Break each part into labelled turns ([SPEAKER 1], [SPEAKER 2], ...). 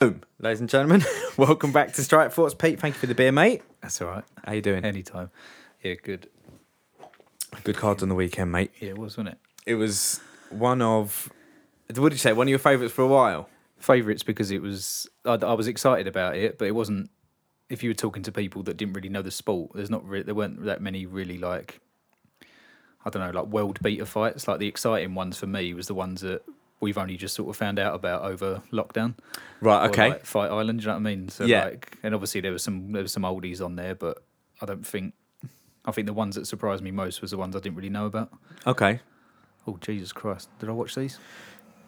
[SPEAKER 1] Boom, ladies and gentlemen, welcome back to Strike Force. Pete, thank you for the beer, mate.
[SPEAKER 2] That's all right.
[SPEAKER 1] How you doing?
[SPEAKER 2] Anytime. Yeah, good.
[SPEAKER 1] Good cards on the weekend, mate.
[SPEAKER 2] Yeah, it was, wasn't it?
[SPEAKER 1] It was one of, what did you say, one of your favourites for a while?
[SPEAKER 2] Favourites because it was, I, I was excited about it, but it wasn't, if you were talking to people that didn't really know the sport, there's not re- there weren't that many really like, I don't know, like world beater fights. Like the exciting ones for me was the ones that we've only just sort of found out about over lockdown.
[SPEAKER 1] Right,
[SPEAKER 2] or,
[SPEAKER 1] okay.
[SPEAKER 2] like, Fight Island, do you know what I mean? So
[SPEAKER 1] Yeah.
[SPEAKER 2] like and obviously there was some there was some oldies on there, but I don't think I think the ones that surprised me most was the ones I didn't really know about.
[SPEAKER 1] Okay.
[SPEAKER 2] Oh Jesus Christ. Did I watch these?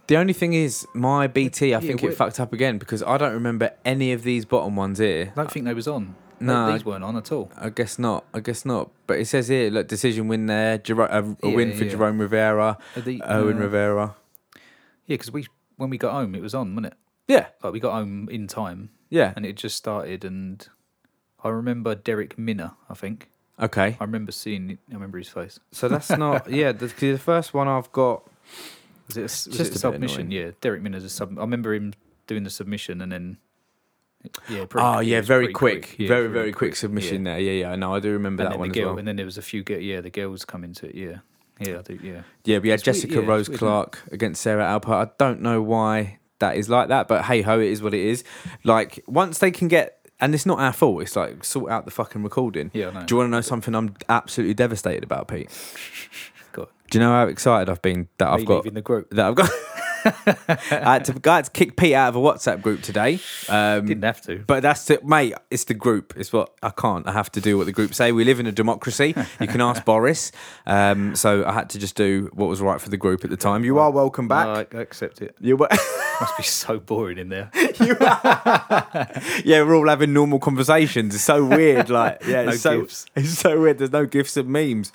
[SPEAKER 1] The only thing is, my BT, I
[SPEAKER 2] Yeah,
[SPEAKER 1] think it
[SPEAKER 2] what-
[SPEAKER 1] fucked up again because I don't remember any of these bottom ones here.
[SPEAKER 2] I don't think they was on. They-
[SPEAKER 1] No.
[SPEAKER 2] These weren't on at all.
[SPEAKER 1] I guess not. I guess not. But it says here, look, decision win there, Jero- a, a
[SPEAKER 2] Yeah,
[SPEAKER 1] win for
[SPEAKER 2] yeah.
[SPEAKER 1] Jerome Rivera,
[SPEAKER 2] Are the-
[SPEAKER 1] Owen
[SPEAKER 2] uh,
[SPEAKER 1] Rivera.
[SPEAKER 2] Yeah, because we when we got home it was on, wasn't it?
[SPEAKER 1] Yeah,
[SPEAKER 2] Like we got home in time
[SPEAKER 1] yeah.
[SPEAKER 2] and it just started and I remember Derek Minner, I think.
[SPEAKER 1] Okay.
[SPEAKER 2] I remember seeing I remember his face.
[SPEAKER 1] So that's not, yeah, the, 'cause the first one I've got.
[SPEAKER 2] Was it a, was
[SPEAKER 1] just
[SPEAKER 2] it a,
[SPEAKER 1] a bit
[SPEAKER 2] submission?
[SPEAKER 1] annoying.
[SPEAKER 2] Yeah, Derek Minner's a sub. I remember him doing the submission and then. Yeah. pretty-
[SPEAKER 1] Oh,
[SPEAKER 2] it
[SPEAKER 1] yeah,
[SPEAKER 2] was
[SPEAKER 1] very
[SPEAKER 2] pretty
[SPEAKER 1] quick.
[SPEAKER 2] Yeah,
[SPEAKER 1] very,
[SPEAKER 2] really
[SPEAKER 1] very quick, submission
[SPEAKER 2] Yeah.
[SPEAKER 1] there. Yeah, yeah. No, I do remember
[SPEAKER 2] And
[SPEAKER 1] that
[SPEAKER 2] then
[SPEAKER 1] one
[SPEAKER 2] the
[SPEAKER 1] as
[SPEAKER 2] girl,
[SPEAKER 1] well.
[SPEAKER 2] and then there was a few. Girl, yeah, the girls come into it. Yeah, yeah, I do, yeah.
[SPEAKER 1] Yeah, we had
[SPEAKER 2] It's weird-
[SPEAKER 1] Jessica
[SPEAKER 2] yeah, it's
[SPEAKER 1] Rose
[SPEAKER 2] weird, isn't it?
[SPEAKER 1] Clark against Sarah Alpert. I don't know why that is like that, but hey ho, it is what it is. Like once they can get, and it's not our fault. It's like sort out the fucking recording.
[SPEAKER 2] Yeah, I know.
[SPEAKER 1] Do you want to know something? I'm absolutely devastated about Pete.
[SPEAKER 2] Got
[SPEAKER 1] Do you know how excited I've been that
[SPEAKER 2] me
[SPEAKER 1] I've got
[SPEAKER 2] leaving the group.
[SPEAKER 1] that I've got? I had to, I had to kick Pete out of a WhatsApp group today. Um,
[SPEAKER 2] Didn't have to.
[SPEAKER 1] but that's it, mate. It's the group. It's what I can't. I have to do what the group say. We live in a democracy. You can ask Boris. Um, so I had to just do what was right for the group at the time. You are welcome back.
[SPEAKER 2] No, I, I accept it.
[SPEAKER 1] You're wel-
[SPEAKER 2] Must be so boring in there.
[SPEAKER 1] yeah, we're all having normal conversations. It's so weird. Like, yeah,
[SPEAKER 2] No
[SPEAKER 1] it's so
[SPEAKER 2] gifs.
[SPEAKER 1] it's so weird. There's no gifs and memes.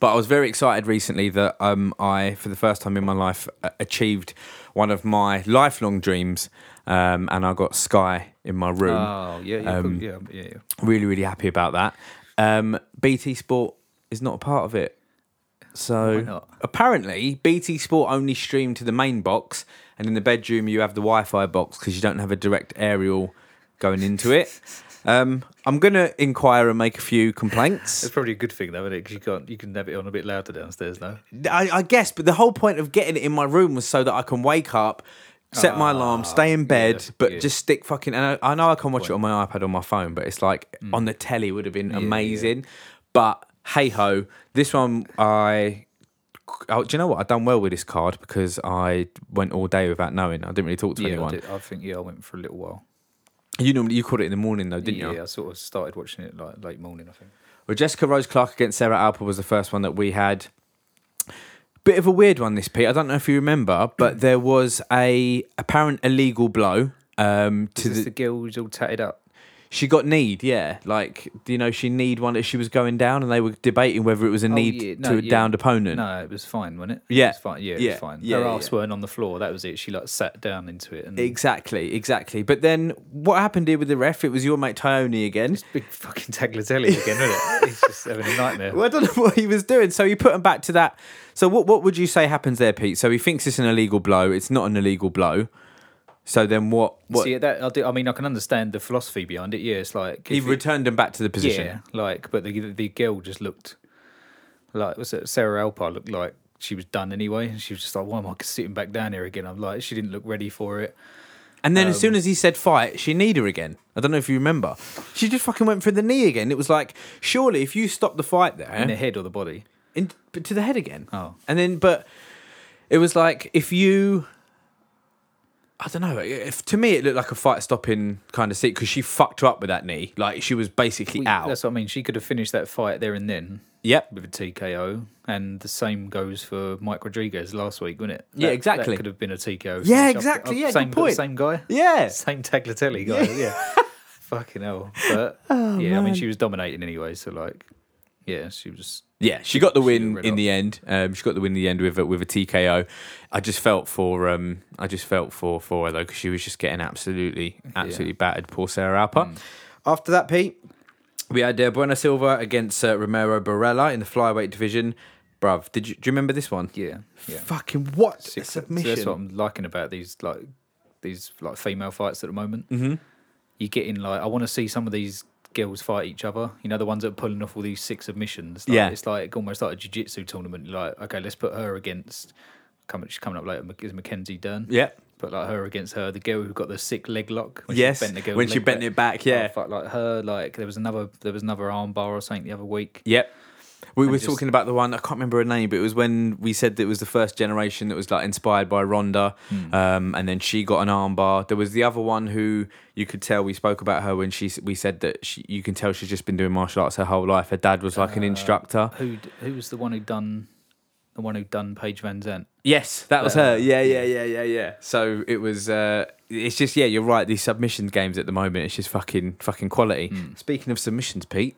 [SPEAKER 1] But I was very excited recently that um, I, for the first time in my life, a- achieved one of my lifelong dreams, um, and I got Sky in my room.
[SPEAKER 2] Oh, yeah,
[SPEAKER 1] Um,
[SPEAKER 2] yeah, cool, yeah, yeah, yeah.
[SPEAKER 1] Really, really happy about that. Um, BT Sport is not a part of it. So
[SPEAKER 2] Why not?
[SPEAKER 1] apparently, BT Sport only stream to the main box, and in the bedroom, you have the Wi Fi box because you don't have a direct aerial going into it. Um, I'm going to inquire and make a few complaints.
[SPEAKER 2] It's probably a good thing though, isn't it? Because you can't, you can have it on a bit louder downstairs now.
[SPEAKER 1] I, I guess, but the whole point of getting it in my room was so that I can wake up, set my alarm, stay in bed,
[SPEAKER 2] Ah, yeah,
[SPEAKER 1] but
[SPEAKER 2] yeah.
[SPEAKER 1] just stick fucking. And I, I know I can watch it on my iPad on my phone, but it's like
[SPEAKER 2] Mm.
[SPEAKER 1] on the telly would have been amazing. But hey ho, this one I. Oh, do you know what? I've done well with this card because I went all day without knowing. I didn't really talk to
[SPEAKER 2] Yeah, I,
[SPEAKER 1] anyone.
[SPEAKER 2] did- I think yeah, I went for a little while.
[SPEAKER 1] You normally you caught it in the morning though, didn't
[SPEAKER 2] yeah,
[SPEAKER 1] you?
[SPEAKER 2] I sort of started watching it like late morning. I think.
[SPEAKER 1] Well, Jessica Rose Clark against Sarah Alper was the first one that we had. Bit of a weird one, this Pete. I don't know if you remember, but there was a apparent illegal blow um, to
[SPEAKER 2] Is this
[SPEAKER 1] the,
[SPEAKER 2] the girl who's all tatted up?
[SPEAKER 1] She got need, yeah. Like you know, she need one that she was going down, and they were debating whether it was a need
[SPEAKER 2] Oh, yeah, no,
[SPEAKER 1] to a
[SPEAKER 2] yeah.
[SPEAKER 1] downed opponent.
[SPEAKER 2] No, it was fine, wasn't it?
[SPEAKER 1] Yeah,
[SPEAKER 2] it was fine. Yeah, it
[SPEAKER 1] yeah,
[SPEAKER 2] was fine.
[SPEAKER 1] yeah,
[SPEAKER 2] Her
[SPEAKER 1] yeah,
[SPEAKER 2] ass
[SPEAKER 1] yeah.
[SPEAKER 2] weren't on the floor. That was it. She like sat down into it and
[SPEAKER 1] Exactly, exactly. But then what happened here with the ref? It was your mate Tyone again.
[SPEAKER 2] it's big fucking Tagliatelle again, wasn't it? He's just having a nightmare.
[SPEAKER 1] Well, I don't know what he was doing. So he put him back to that. So what what would you say happens there, Pete? So he thinks it's an illegal blow. It's not an illegal blow. So then what? What?
[SPEAKER 2] See that I, do, I mean, I can understand the philosophy behind it. Yeah, it's like
[SPEAKER 1] he
[SPEAKER 2] if it-
[SPEAKER 1] returned him back to the position.
[SPEAKER 2] yeah, like but the the girl just looked like was it Sarah Alpar looked like she was done anyway, and she was just like, why am I sitting back down here again? I'm like, she didn't look ready for it.
[SPEAKER 1] And
[SPEAKER 2] um,
[SPEAKER 1] then as soon as he said fight, she kneed her again. I don't know if you remember. She just fucking went for the knee again. It was like, surely if you stop the fight there,
[SPEAKER 2] In the head or the body.
[SPEAKER 1] in, but to the head again.
[SPEAKER 2] Oh.
[SPEAKER 1] And then, but it was like, if you. I don't know. If, to me, it looked like a fight stopping kind of seat because she fucked her up with that knee. Like she was basically out.
[SPEAKER 2] That's what I mean. She could have finished that fight there and then.
[SPEAKER 1] Yep.
[SPEAKER 2] with a TKO, and the same goes for Mike Rodriguez last week, wouldn't it?
[SPEAKER 1] Yeah,
[SPEAKER 2] That-
[SPEAKER 1] exactly.
[SPEAKER 2] That could have been a TKO.
[SPEAKER 1] Yeah,
[SPEAKER 2] finish. I've-
[SPEAKER 1] exactly,
[SPEAKER 2] I've-
[SPEAKER 1] yeah, good
[SPEAKER 2] same,
[SPEAKER 1] point.
[SPEAKER 2] Same guy.
[SPEAKER 1] Yeah.
[SPEAKER 2] Same Tagliatelle guy. Yeah. Fucking hell. But
[SPEAKER 1] Oh,
[SPEAKER 2] yeah, I mean, she was dominating anyway. So like, yeah, she was.
[SPEAKER 1] Yeah, she got the win
[SPEAKER 2] read
[SPEAKER 1] in
[SPEAKER 2] up.
[SPEAKER 1] the end. Um, she got the win in the end with a, with a TKO. I just felt for um, I just felt for for her though because she was just getting absolutely absolutely battered. Poor Sarah Alper. After that, Pete, we had uh, Buena Silva against uh, Romero Barella in the flyweight division. Bruv, did you do you remember this one?
[SPEAKER 2] Yeah. Yeah.
[SPEAKER 1] Fucking what
[SPEAKER 2] Six-
[SPEAKER 1] a submission!
[SPEAKER 2] So that's what I'm liking about these like these like female fights at the moment.
[SPEAKER 1] Mm-hmm.
[SPEAKER 2] You get in like I want to see some of these girls fight each other. You know the ones that are pulling off all these six submissions. Like,
[SPEAKER 1] Yeah.
[SPEAKER 2] it's like almost like a jiu-jitsu tournament. Like okay, let's put her against. Coming, she's coming up later. Mac- Is Mackenzie Dern?
[SPEAKER 1] Yeah.
[SPEAKER 2] Put like her against her. The girl who got the sick leg lock.
[SPEAKER 1] yes.
[SPEAKER 2] she bent the girl's
[SPEAKER 1] when she
[SPEAKER 2] leg
[SPEAKER 1] bent
[SPEAKER 2] back.
[SPEAKER 1] it back, yeah.
[SPEAKER 2] Oh, fuck, like her. Like there was another there was another arm bar or something the other week.
[SPEAKER 1] Yep. We
[SPEAKER 2] And
[SPEAKER 1] were
[SPEAKER 2] just-
[SPEAKER 1] talking about the one I can't remember her name, but it was when we said that it was the first generation that was like inspired by Rhonda, um, and then she got an armbar. There was the other one who you could tell we spoke about her when she s- we said that she, you can tell she's just been doing martial arts her whole life. Her dad was like an instructor.
[SPEAKER 2] Who who was the one who done the one who done Paige Van Zant?
[SPEAKER 1] Yes, that was her. Yeah, yeah, yeah, yeah, yeah. So it was. Uh, it's just yeah, you're right. These submissions games at the moment, it's just fucking fucking quality. Speaking of submissions, Pete,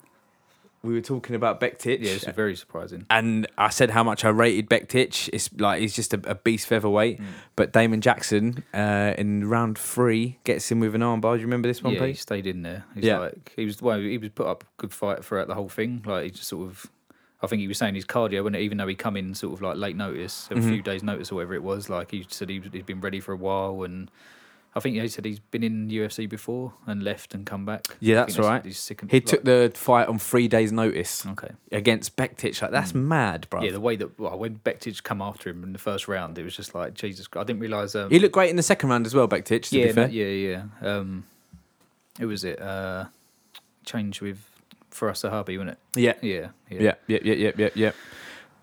[SPEAKER 1] we were talking about Bektich.
[SPEAKER 2] Yeah, it's very surprising.
[SPEAKER 1] and I said how much I rated Bektich. It's like he's just a, a beast
[SPEAKER 2] Mm.
[SPEAKER 1] featherweight. But Damon Jackson uh, in round three gets him with an armbar. Do you remember this one,
[SPEAKER 2] yeah, he
[SPEAKER 1] Pete?
[SPEAKER 2] stayed in there. He's
[SPEAKER 1] Yeah.
[SPEAKER 2] like he was well, he was put up a good fight throughout the whole thing. Like he just sort of I think he was saying his cardio, wasn't it? even though he come in sort of like late notice, a
[SPEAKER 1] Mm-hmm.
[SPEAKER 2] few days notice or whatever it was. Like he said he he'd been ready for a while, and I think he said he's been in UFC before and left and come back.
[SPEAKER 1] Yeah,
[SPEAKER 2] I think
[SPEAKER 1] that's right.
[SPEAKER 2] He's sick and
[SPEAKER 1] He took the fight on three days' notice
[SPEAKER 2] okay.
[SPEAKER 1] against Bektich. Like that's mad, bro.
[SPEAKER 2] Mm. Yeah, the way that well, when Bektic come after him in the first round, it was just like Jesus. Christ. I didn't realize. Um,
[SPEAKER 1] he looked great in the second round as well, Bektich. To
[SPEAKER 2] yeah,
[SPEAKER 1] be
[SPEAKER 2] no,
[SPEAKER 1] fair,
[SPEAKER 2] yeah, yeah, Um, who was it? Uh, change with Faraz Sahabi, wasn't it?
[SPEAKER 1] yeah,
[SPEAKER 2] Yeah, yeah.
[SPEAKER 1] Yeah, yeah, yeah, yeah, yeah, yeah.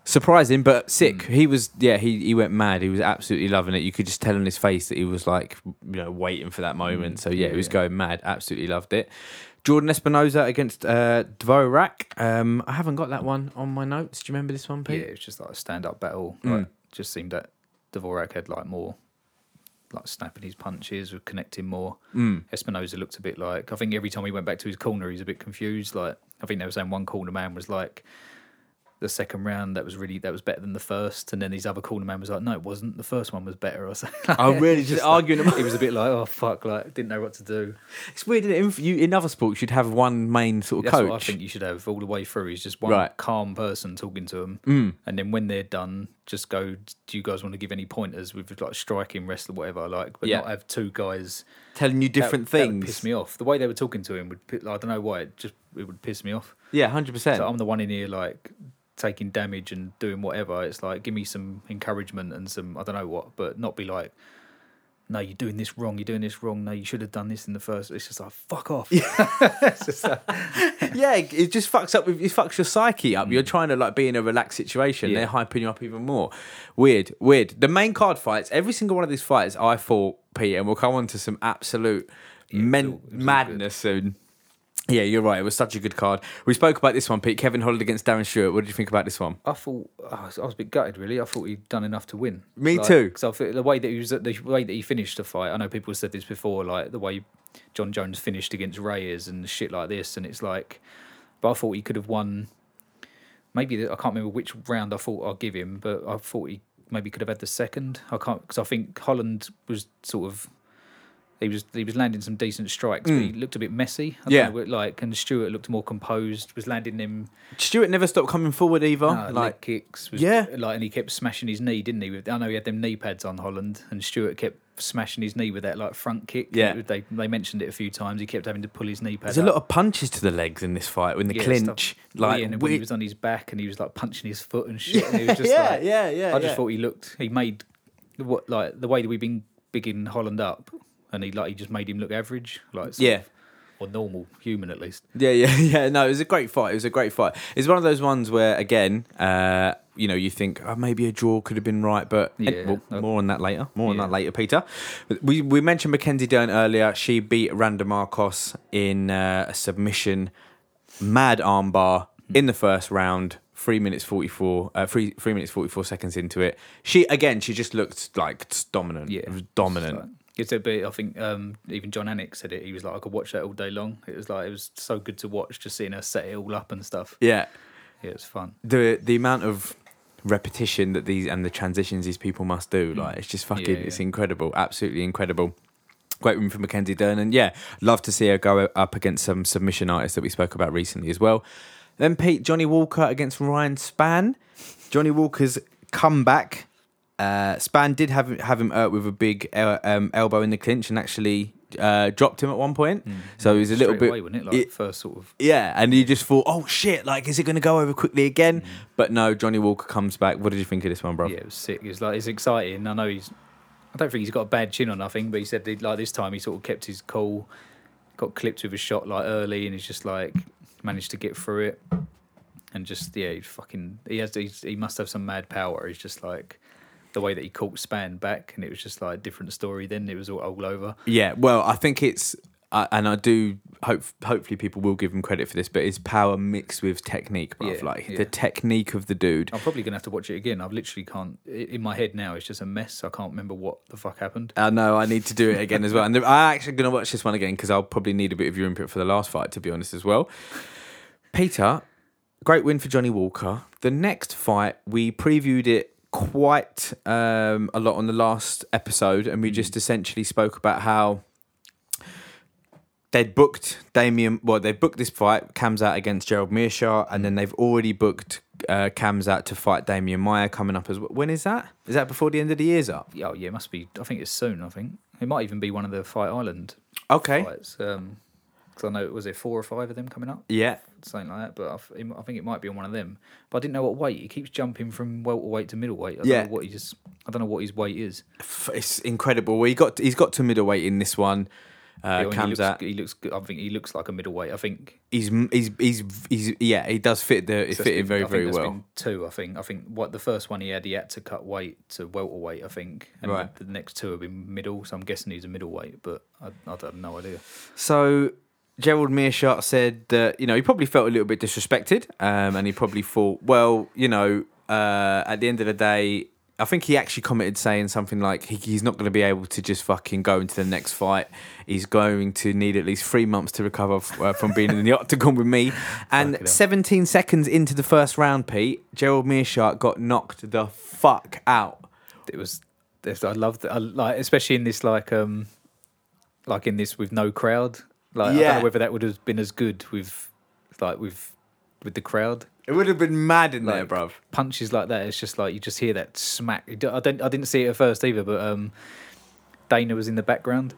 [SPEAKER 1] Surprising, but sick. He was, yeah, he, he went mad. He was absolutely loving it. You could just tell on his face that he was like, you know, waiting for that moment. So, Mm. yeah, he was
[SPEAKER 2] yeah.
[SPEAKER 1] going mad. Absolutely loved it. Jordan Espinoza against uh, Dvorak. Um, I haven't got that one on my notes. Do you remember this one,
[SPEAKER 2] Yeah,
[SPEAKER 1] Pete?
[SPEAKER 2] it was just like a stand-up battle.
[SPEAKER 1] Hmm.
[SPEAKER 2] Like, Just seemed that Dvorak had like more, like snapping his punches, was connecting more.
[SPEAKER 1] Hmm.
[SPEAKER 2] Mm. Espinoza looked a bit like I think every time he went back to his corner, he's a bit confused. Like I think they were saying one corner man was like. The second round that was really that was better than the first, and then his other corner man was like, "No, it wasn't. The first one was better." Or something. Like,
[SPEAKER 1] Oh, really? Just arguing about
[SPEAKER 2] he was a bit like, "Oh fuck!" Like didn't know what to do.
[SPEAKER 1] It's weird. In, you, in other sports, you'd have one main sort of
[SPEAKER 2] That's
[SPEAKER 1] coach.
[SPEAKER 2] what I think you should have all the way through is just one
[SPEAKER 1] Right.
[SPEAKER 2] calm person talking to them, mm. and then when they're done, just go. Do you guys want to give any pointers with like striking, wrestling, whatever? Like, but
[SPEAKER 1] Yeah.
[SPEAKER 2] not have two guys
[SPEAKER 1] Telling you
[SPEAKER 2] that-
[SPEAKER 1] different
[SPEAKER 2] that would
[SPEAKER 1] things.
[SPEAKER 2] piss me off. The way they were talking to him would. pi- I don't know why. It just it would piss me off.
[SPEAKER 1] Yeah, 100%.
[SPEAKER 2] So I'm the one in here like taking damage and doing whatever. It's like give me some encouragement and some I don't know what, but not be like. No, you're doing this wrong. You're doing this wrong. No, you should have done this in the first. It's just like fuck off. It's just like-
[SPEAKER 1] yeah, it it just fucks up. with- It fucks your psyche up. You're trying to like be in a relaxed situation.
[SPEAKER 2] Mm. Yeah.
[SPEAKER 1] They're hyping you up even more. Weird, weird. The main card fights. Every single one of these fights, I thought, Pete, and we'll come on to some absolute men-
[SPEAKER 2] all- it was all good.
[SPEAKER 1] madness soon. Yeah, you're right. It was such a good card. We spoke about this one, Pete. Kevin Holland against Darren Stewart. What did you think about this one?
[SPEAKER 2] I thought I was, I was a bit gutted, really. I thought he'd done enough to win.
[SPEAKER 1] Me too.
[SPEAKER 2] Because I feel the way that he was, the way that he finished the fight. I know people have said this before, like the way John Jones finished against Reyes and shit like this. And it's like, but I thought he could have won. Maybe the, I can't remember which round I thought I'll give him, but I thought he maybe could have had the second. I can't because I think Holland was sort of. He was he was landing some decent strikes, but he looked a bit messy. I don't
[SPEAKER 1] Hmm. Yeah.
[SPEAKER 2] know, like and Stewart looked more composed. Was landing them
[SPEAKER 1] Stewart never stopped coming forward either.
[SPEAKER 2] uh, leg
[SPEAKER 1] like,
[SPEAKER 2] kicks. Was,
[SPEAKER 1] Yeah.
[SPEAKER 2] like and he kept smashing his knee, didn't he? With, I know he had them knee pads on Holland, and Stewart kept smashing his knee with that like front kick.
[SPEAKER 1] Yeah.
[SPEAKER 2] they they mentioned it a few times. He kept having to pull his knee pad.
[SPEAKER 1] there's a lot of punches to the legs in this fight. In the clinch, like,
[SPEAKER 2] and then when he
[SPEAKER 1] weird-
[SPEAKER 2] was on his back and he was like punching his foot and shit. and he was just
[SPEAKER 1] Yeah,
[SPEAKER 2] like,
[SPEAKER 1] yeah, yeah,
[SPEAKER 2] I just
[SPEAKER 1] yeah.
[SPEAKER 2] thought he looked. He made what like the way that we've been bigging Holland up, and he like he just made him look average, like sort
[SPEAKER 1] yeah.
[SPEAKER 2] of- or normal human at least.
[SPEAKER 1] Yeah, yeah, yeah. No, it was a great fight. It was a great fight. It's one of those ones where, again, uh, you know, you think oh, maybe a draw could have been right, but eh,
[SPEAKER 2] Yeah. uh,
[SPEAKER 1] well, more on that later. More on
[SPEAKER 2] Yeah.
[SPEAKER 1] that later, Peter. We we mentioned Mackenzie Dern earlier. She beat Randa Marcos in uh, a submission, mad armbar
[SPEAKER 2] Hmm.
[SPEAKER 1] in the first round. Three minutes forty four, uh, three three minutes forty four seconds into it. She again, she just looked like dominant.
[SPEAKER 2] Yeah.
[SPEAKER 1] It was dominant.
[SPEAKER 2] It's a bit. I think um, even John Anik said it. He was like, I could watch that all day long. It was like it was so good to watch, just seeing her set it all up and stuff.
[SPEAKER 1] yeah.
[SPEAKER 2] Yeah, it's fun.
[SPEAKER 1] the the amount of repetition that these and the transitions these people must do, like it's just fucking,
[SPEAKER 2] Mm. Yeah,
[SPEAKER 1] it's
[SPEAKER 2] yeah.
[SPEAKER 1] incredible, absolutely incredible. Great room for Mackenzie Dern, and yeah, love to see her go up against some submission artists that we spoke about recently as well. Then Pete Johnny Walker against Ryan Span. Johnny Walker's comeback Uh, Span did have have him hurt with a big el- um, elbow in the clinch and actually uh, dropped him at one point. So he was Mm. a little
[SPEAKER 2] Mm, Straight
[SPEAKER 1] bit
[SPEAKER 2] away, wouldn't it? Like
[SPEAKER 1] it-
[SPEAKER 2] first sort of
[SPEAKER 1] yeah, and you just thought, oh shit, like is it going to go over quickly again? But no, Johnny Walker comes back. What did you think of this one, bro?
[SPEAKER 2] Mm. yeah, it was sick. It was like it's exciting. I know he's. I don't think he's got a bad chin or nothing, but he said that, like this time he sort of kept his cool, got clipped with a shot like early, and he's just like managed to get through it, and just yeah, he fucking he has he's, he must have some mad power. He's just like the way that he caught Span back, and it was just like a different story. Then it was all, all over.
[SPEAKER 1] Yeah, well, I think it's, I and I do hope, hopefully people will give him credit for this, but it's power mixed with technique, bruv.
[SPEAKER 2] Yeah,
[SPEAKER 1] like
[SPEAKER 2] yeah.
[SPEAKER 1] the technique of the dude.
[SPEAKER 2] I'm probably gonna have to watch it again. I've literally can't i- in my head now. It's just a mess. I can't remember what the fuck happened.
[SPEAKER 1] I know I need to do it again as well, and I'm actually going to watch this one again because I'll probably need a bit of your input for the last fight, to be honest, as well. Peter, great win for Johnny Walker. The next fight, we previewed it quite um, a lot on the last episode, and we just essentially spoke about how they'd booked Damien. Well, they've booked this fight, Kamzat against Gerald Mearshart, and then they've already booked uh, Kamzat to fight Damien Meyer coming up as well. When is that? Is that before the end of the year's up?
[SPEAKER 2] Yeah, Oh yeah, it must be. I think it's soon. I think it might even be one of the Fight Island
[SPEAKER 1] Okay.
[SPEAKER 2] fights. Um 'cause I know was there four or five of them coming up,
[SPEAKER 1] Yeah.
[SPEAKER 2] something like that. But I, th- I think it might be on one of them. But I didn't know what weight. He keeps jumping from welterweight to middleweight. I
[SPEAKER 1] Yeah.
[SPEAKER 2] don't know what he's. I don't know what his weight is.
[SPEAKER 1] F- It's incredible. Well, he got he's got to middleweight in this one. Uh,
[SPEAKER 2] Yeah, I mean, he
[SPEAKER 1] Kamzat.
[SPEAKER 2] looks. He looks good. I think he looks like a middleweight. I think.
[SPEAKER 1] he's he's he's he's yeah. He does fit the it
[SPEAKER 2] That's
[SPEAKER 1] fitted
[SPEAKER 2] been- I
[SPEAKER 1] very
[SPEAKER 2] think
[SPEAKER 1] very
[SPEAKER 2] that's
[SPEAKER 1] well.
[SPEAKER 2] been two, I think. I think what the first one he had, he had to cut weight to welterweight. I think. And
[SPEAKER 1] Right.
[SPEAKER 2] The, the next two have been middle, so I'm guessing he's a middleweight. But I, I have no idea.
[SPEAKER 1] So Gerald Mearshart said that you know he probably felt a little bit disrespected, um, and he probably thought, well, you know, uh, at the end of the day, I think he actually commented saying something like he, he's not going to be able to just fucking go into the next fight. He's going to need at least three months to recover f- uh, from being in the octagon with me.
[SPEAKER 2] Fucking
[SPEAKER 1] And
[SPEAKER 2] hell.
[SPEAKER 1] 17 seconds into the first round, Pete, Gerald Mearshart got knocked the fuck out.
[SPEAKER 2] it was this I love that I like especially in this like um like in this with no crowd. Like I don't
[SPEAKER 1] Yeah.
[SPEAKER 2] know whether that would have been as good with like with with the crowd.
[SPEAKER 1] It would have been mad in there,
[SPEAKER 2] Like,
[SPEAKER 1] bruv.
[SPEAKER 2] Punches like that, it's just like you just hear that smack. You don't- I don't I didn't see it at first either, but um Dana was in the background.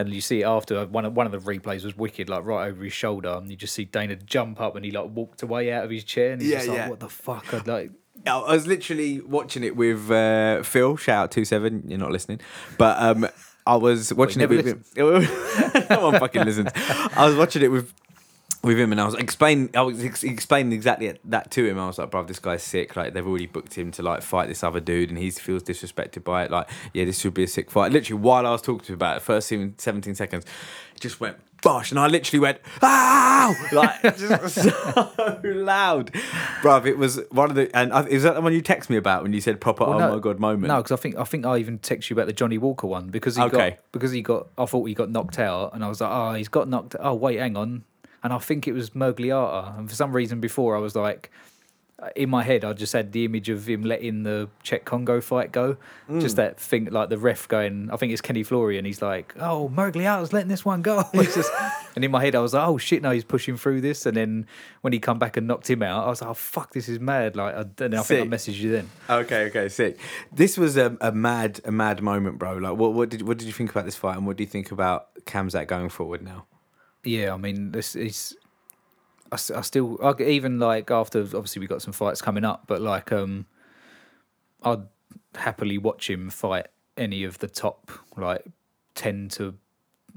[SPEAKER 2] And you see it after uh, one of one of the replays was wicked, like right over his shoulder, and you just see Dana jump up and he like walked away out of his chair, and he's
[SPEAKER 1] Yeah,
[SPEAKER 2] just like,
[SPEAKER 1] yeah.
[SPEAKER 2] "What the fuck?" I'd like,
[SPEAKER 1] I I was literally watching it with uh, Phil. Shout out two seven. You're not listening, but um, I was watching it
[SPEAKER 2] never
[SPEAKER 1] with him. no one fucking listens. I was watching it with with him, and I was explain. I was ex- explaining exactly that to him. I was like, "Bro, this guy's sick. Like they've already booked him to like fight this other dude, and he feels disrespected by it. Like, yeah, this should be a sick fight." Literally, while I was talking to him about it, first even seventeen seconds, it just went. Bosh, and I literally went, ow! Like, just so loud. Bruv, it was one of the, and I, is that the one you text me about when you said proper, oh
[SPEAKER 2] no,
[SPEAKER 1] my God moment?
[SPEAKER 2] No, because I think I think I even text you about the Johnny Walker one because he
[SPEAKER 1] Okay.
[SPEAKER 2] got because he got I thought he got knocked out and I was like, oh, he's got knocked. Oh, wait, hang on. And I think it was Mergliata. And for some reason before I was like, uh, in my head, I just had the image of him letting the Czech Congo fight go.
[SPEAKER 1] Mm.
[SPEAKER 2] Just that thing, like the ref going, I think it's Kenny Flory, and he's like, oh, Mergliata's letting this one go. It's just- and in my head, I was like, oh shit, no, he's pushing through this. And then when he come back and knocked him out, I was like, oh fuck, this is mad. Like, I, and I think I
[SPEAKER 1] Sick.
[SPEAKER 2] messaged you then.
[SPEAKER 1] Okay, okay, sick. This was a, a mad, a mad moment, bro. Like, what, what did, what did you think about this fight, and what do you think about Kamzat going forward now?
[SPEAKER 2] Yeah, I mean, this is. I, s- I still I, even like after obviously we got some fights coming up, but like um, I'd happily watch him fight any of the top like ten to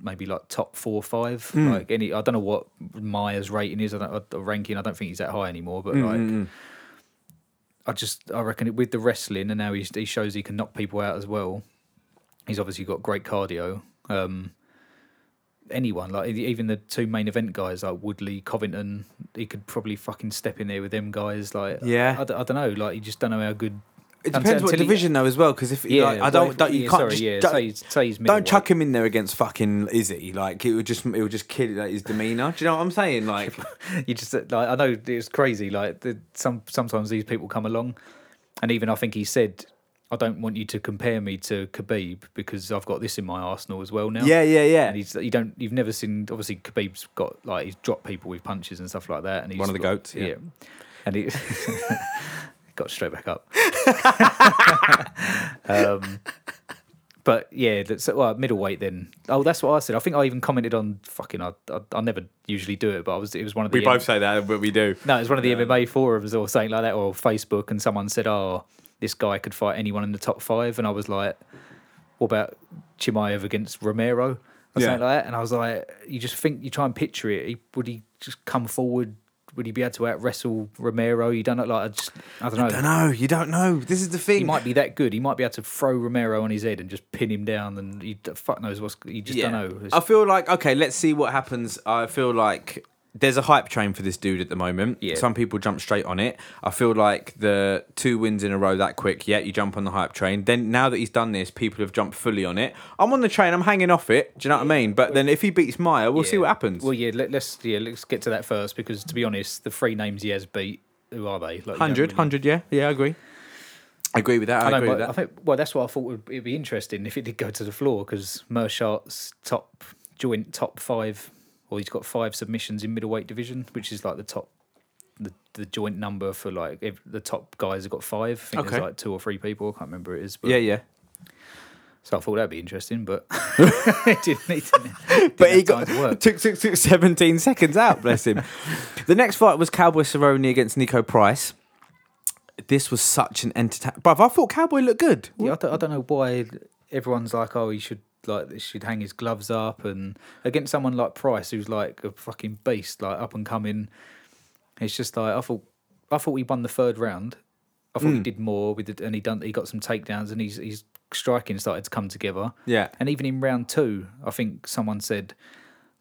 [SPEAKER 2] maybe like top four or five. Like any, I don't know what Myers rating is. I don't the ranking. I don't think he's that high anymore. But like, I just I reckon it, with the wrestling and now he's, he shows he can knock people out as well. He's obviously got great cardio. Um, anyone like e- even the two main event guys like Woodley Covington he could probably fucking step in there with them guys like
[SPEAKER 1] Yeah.
[SPEAKER 2] I, d- I don't know like you just don't know how good
[SPEAKER 1] It
[SPEAKER 2] Until-
[SPEAKER 1] depends what
[SPEAKER 2] until he-
[SPEAKER 1] division though, as well. Because if like, I
[SPEAKER 2] well,
[SPEAKER 1] don't,
[SPEAKER 2] if-
[SPEAKER 1] don't you
[SPEAKER 2] yeah,
[SPEAKER 1] can't
[SPEAKER 2] sorry,
[SPEAKER 1] just,
[SPEAKER 2] yeah,
[SPEAKER 1] don't,
[SPEAKER 2] say he's- say he's
[SPEAKER 1] don't chuck
[SPEAKER 2] middleweight.
[SPEAKER 1] him in there against fucking Izzy. Like it would just, it would just kill like, his demeanor. Do you know what I'm saying? Like,
[SPEAKER 2] you just uh, like I know it's crazy. Like the, some sometimes these people come along, and even I think he said, "I don't want you to compare me to Khabib because I've got this in my arsenal as well now."
[SPEAKER 1] yeah, yeah, yeah.
[SPEAKER 2] And he's you don't you've never seen obviously Khabib's got like he's dropped people with punches and stuff like that, and he's
[SPEAKER 1] One of the
[SPEAKER 2] got-
[SPEAKER 1] goats, yeah.
[SPEAKER 2] And he got straight back up. um, but yeah, that's well, middleweight then. Oh, that's what I said. I think I even commented on fucking. I I, I never usually do it, but I was. It was one of the.
[SPEAKER 1] We both say that, but we do.
[SPEAKER 2] No, it was one of the MMA forums or something like that, or Facebook, and someone said, "Oh, this guy could fight anyone in the top five. and I was like, "What about Chimaev against Romero?" Or
[SPEAKER 1] Yeah.
[SPEAKER 2] something like that. And I was like, "You just think you try and picture it. He, would he just come forward? Would he be able to out wrestle Romero? You don't know, like I just, I don't know.
[SPEAKER 1] don't know. You don't know. This is the
[SPEAKER 2] He
[SPEAKER 1] thing.
[SPEAKER 2] might be that good. He might be able to throw Romero on his head and just pin him down. And he fuck knows what's. You just don't know. It's-
[SPEAKER 1] I feel like okay, let's see what happens. I feel like there's a hype train for this dude at the moment.
[SPEAKER 2] Yeah.
[SPEAKER 1] Some people jump straight on it. I feel like the two wins in a row that quick, yeah, you jump on the hype train. Then now that he's done this, people have jumped fully on it. I'm on the train, I'm hanging off it. Do you know what I mean? But then if he beats Maya, we'll see
[SPEAKER 2] Yeah.
[SPEAKER 1] what happens.
[SPEAKER 2] Well, yeah, let, us yeah let's get to that first because to be honest, the three names he has beat, who are they? Like, you don't
[SPEAKER 1] 100,
[SPEAKER 2] really-
[SPEAKER 1] 100, yeah. Yeah, I agree. I agree with that. I,
[SPEAKER 2] I, know,
[SPEAKER 1] agree
[SPEAKER 2] but
[SPEAKER 1] with that.
[SPEAKER 2] I think well, that's what I thought would it'd be interesting if it did go to the floor because Mershart's top joint top five, or he's got five submissions in middleweight division, which is like the top. The, the joint number for like if the top guys have got five. I think
[SPEAKER 1] Okay.
[SPEAKER 2] there's like two or three people. I can't remember who it is. But,
[SPEAKER 1] yeah, yeah.
[SPEAKER 2] So I thought that'd be interesting, but it didn't. It didn't, didn't
[SPEAKER 1] But he
[SPEAKER 2] have time
[SPEAKER 1] got
[SPEAKER 2] to work.
[SPEAKER 1] took, took, took 17 seconds out, bless him. the next fight was Cowboy Cerrone against Nico Price. This was such an entertainment. Bruv, I thought Cowboy looked good.
[SPEAKER 2] Yeah, I don't, I don't know why everyone's like, oh, he should like he should hang his gloves up, and against someone like Price, who's like a fucking beast, like up and coming. It's just like I thought. I thought he won the third round. I thought he did more with it, and he done. He got some takedowns, and he's he's striking started to come together.
[SPEAKER 1] Yeah.
[SPEAKER 2] and even in round two, I think someone said.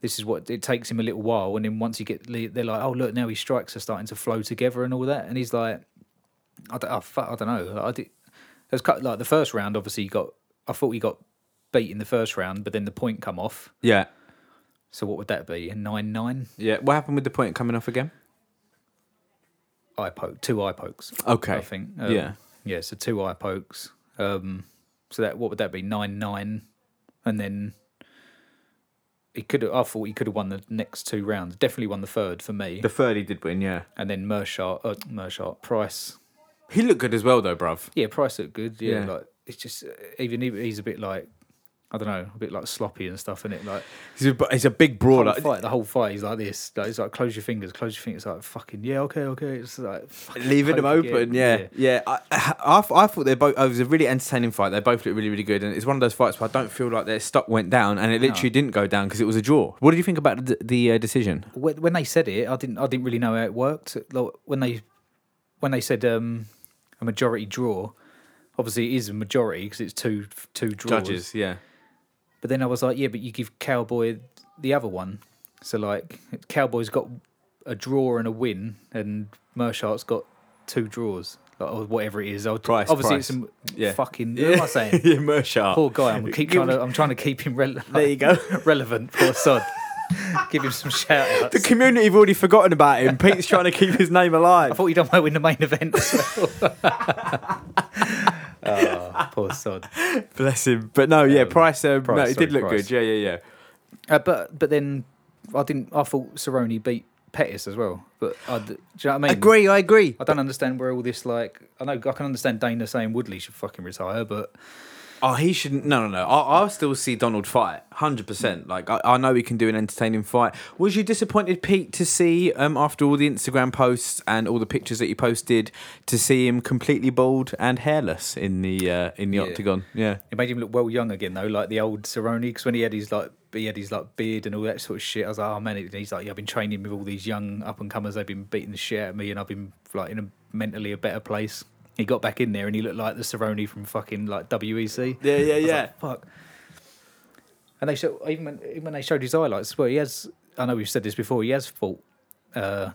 [SPEAKER 2] This is what it takes him a little while, and then once you get, they're like, "Oh look, now his strikes are starting to flow together and all that," and he's like, I don't, I, fu- I don't know. Like, I did. It was cut, like the first round. Obviously, he got. I thought he got beat in the first round, but then the point come off.
[SPEAKER 1] Yeah.
[SPEAKER 2] So what would that be? A nine nine
[SPEAKER 1] Yeah. What happened with the point coming off again?
[SPEAKER 2] eye poke, two eye pokes.
[SPEAKER 1] Okay.
[SPEAKER 2] I think. Um,
[SPEAKER 1] Yeah.
[SPEAKER 2] Yeah. So two eye pokes. Um. So that what would that be? Nine nine, and then he could. I thought he could have won the next two rounds. Definitely won the third for me.
[SPEAKER 1] The third he did win, yeah.
[SPEAKER 2] and then Mershart, uh, Mershart Price
[SPEAKER 1] He looked good as well, though, bruv.
[SPEAKER 2] Yeah, Price looked good. Yeah,
[SPEAKER 1] Yeah.
[SPEAKER 2] like it's just uh, even he- he's a bit like I don't know, a bit like sloppy and stuff, is it? Like
[SPEAKER 1] He's a, he's a big brawler.
[SPEAKER 2] the fight, the whole fight, he's like this. Like, he's like, close your fingers, close your fingers. Like fucking yeah, okay, okay. It's like fucking
[SPEAKER 1] leaving them
[SPEAKER 2] poke
[SPEAKER 1] open.
[SPEAKER 2] again.
[SPEAKER 1] Yeah, yeah. I, I, I thought they both. oh, It was a really entertaining fight. They both looked really, really good, and it's one of those fights where I don't feel like their stock went down, and it literally didn't go down because it was a draw. What did you think about the, the uh, decision?
[SPEAKER 2] When, when they said it, I didn't, I didn't really know how it worked. Like, when they, when they said um, a majority draw, obviously it is a majority because it's two two draws.
[SPEAKER 1] yeah.
[SPEAKER 2] But then I was like, yeah, but you give Cowboy the other one. So like, Cowboy's got a draw and a win, and Mershart's got two draws, like, or whatever it is. I'll-
[SPEAKER 1] Price,
[SPEAKER 2] obviously,
[SPEAKER 1] price.
[SPEAKER 2] it's some
[SPEAKER 1] Yeah.
[SPEAKER 2] fucking. Who am I saying?
[SPEAKER 1] yeah, Mershaw.
[SPEAKER 2] Poor guy. I'm keep trying to. I'm trying to keep him rele-
[SPEAKER 1] There you go.
[SPEAKER 2] relevant. Poor sod. Give him some shout outs.
[SPEAKER 1] The community have already forgotten about him. Pete's trying to keep his name
[SPEAKER 2] I
[SPEAKER 1] alive.
[SPEAKER 2] thought you done well in the main event as well. oh, poor sod.
[SPEAKER 1] Bless him. But no, yeah, Price. Um, no,
[SPEAKER 2] Price,
[SPEAKER 1] it did
[SPEAKER 2] sorry,
[SPEAKER 1] look
[SPEAKER 2] Price.
[SPEAKER 1] good. Yeah, yeah, yeah.
[SPEAKER 2] Uh, but but then I didn't. I thought Cerrone beat Pettis as well. But I, do you know what I mean?
[SPEAKER 1] Agree, I agree.
[SPEAKER 2] I don't understand where all this like. I know I can understand Dana saying Woodley should fucking retire, but
[SPEAKER 1] Oh, he shouldn't. No, no, no. I, I'll still see Donald fight, hundred percent. Like I, I know he can do an entertaining fight. Was you disappointed, Pete, to see um after all the Instagram posts and all the pictures that he posted to see him completely bald and hairless in the uh, in the
[SPEAKER 2] Yeah.
[SPEAKER 1] octagon? Yeah,
[SPEAKER 2] it made him look well young again though, like the old Cerrone. Because when he had his like he had his like beard and all that sort of shit, I was like, oh man. And he's like, yeah, I've been training with all these young up and comers. They've been beating the shit out of me, and I've been like in a mentally a better place. He got back in there and he looked like the Cerrone from fucking like WEC.
[SPEAKER 1] yeah, yeah,
[SPEAKER 2] I was like, Fuck. And they show even when, even when they showed his highlights, well, he has. I know we've said this before. He has fought uh,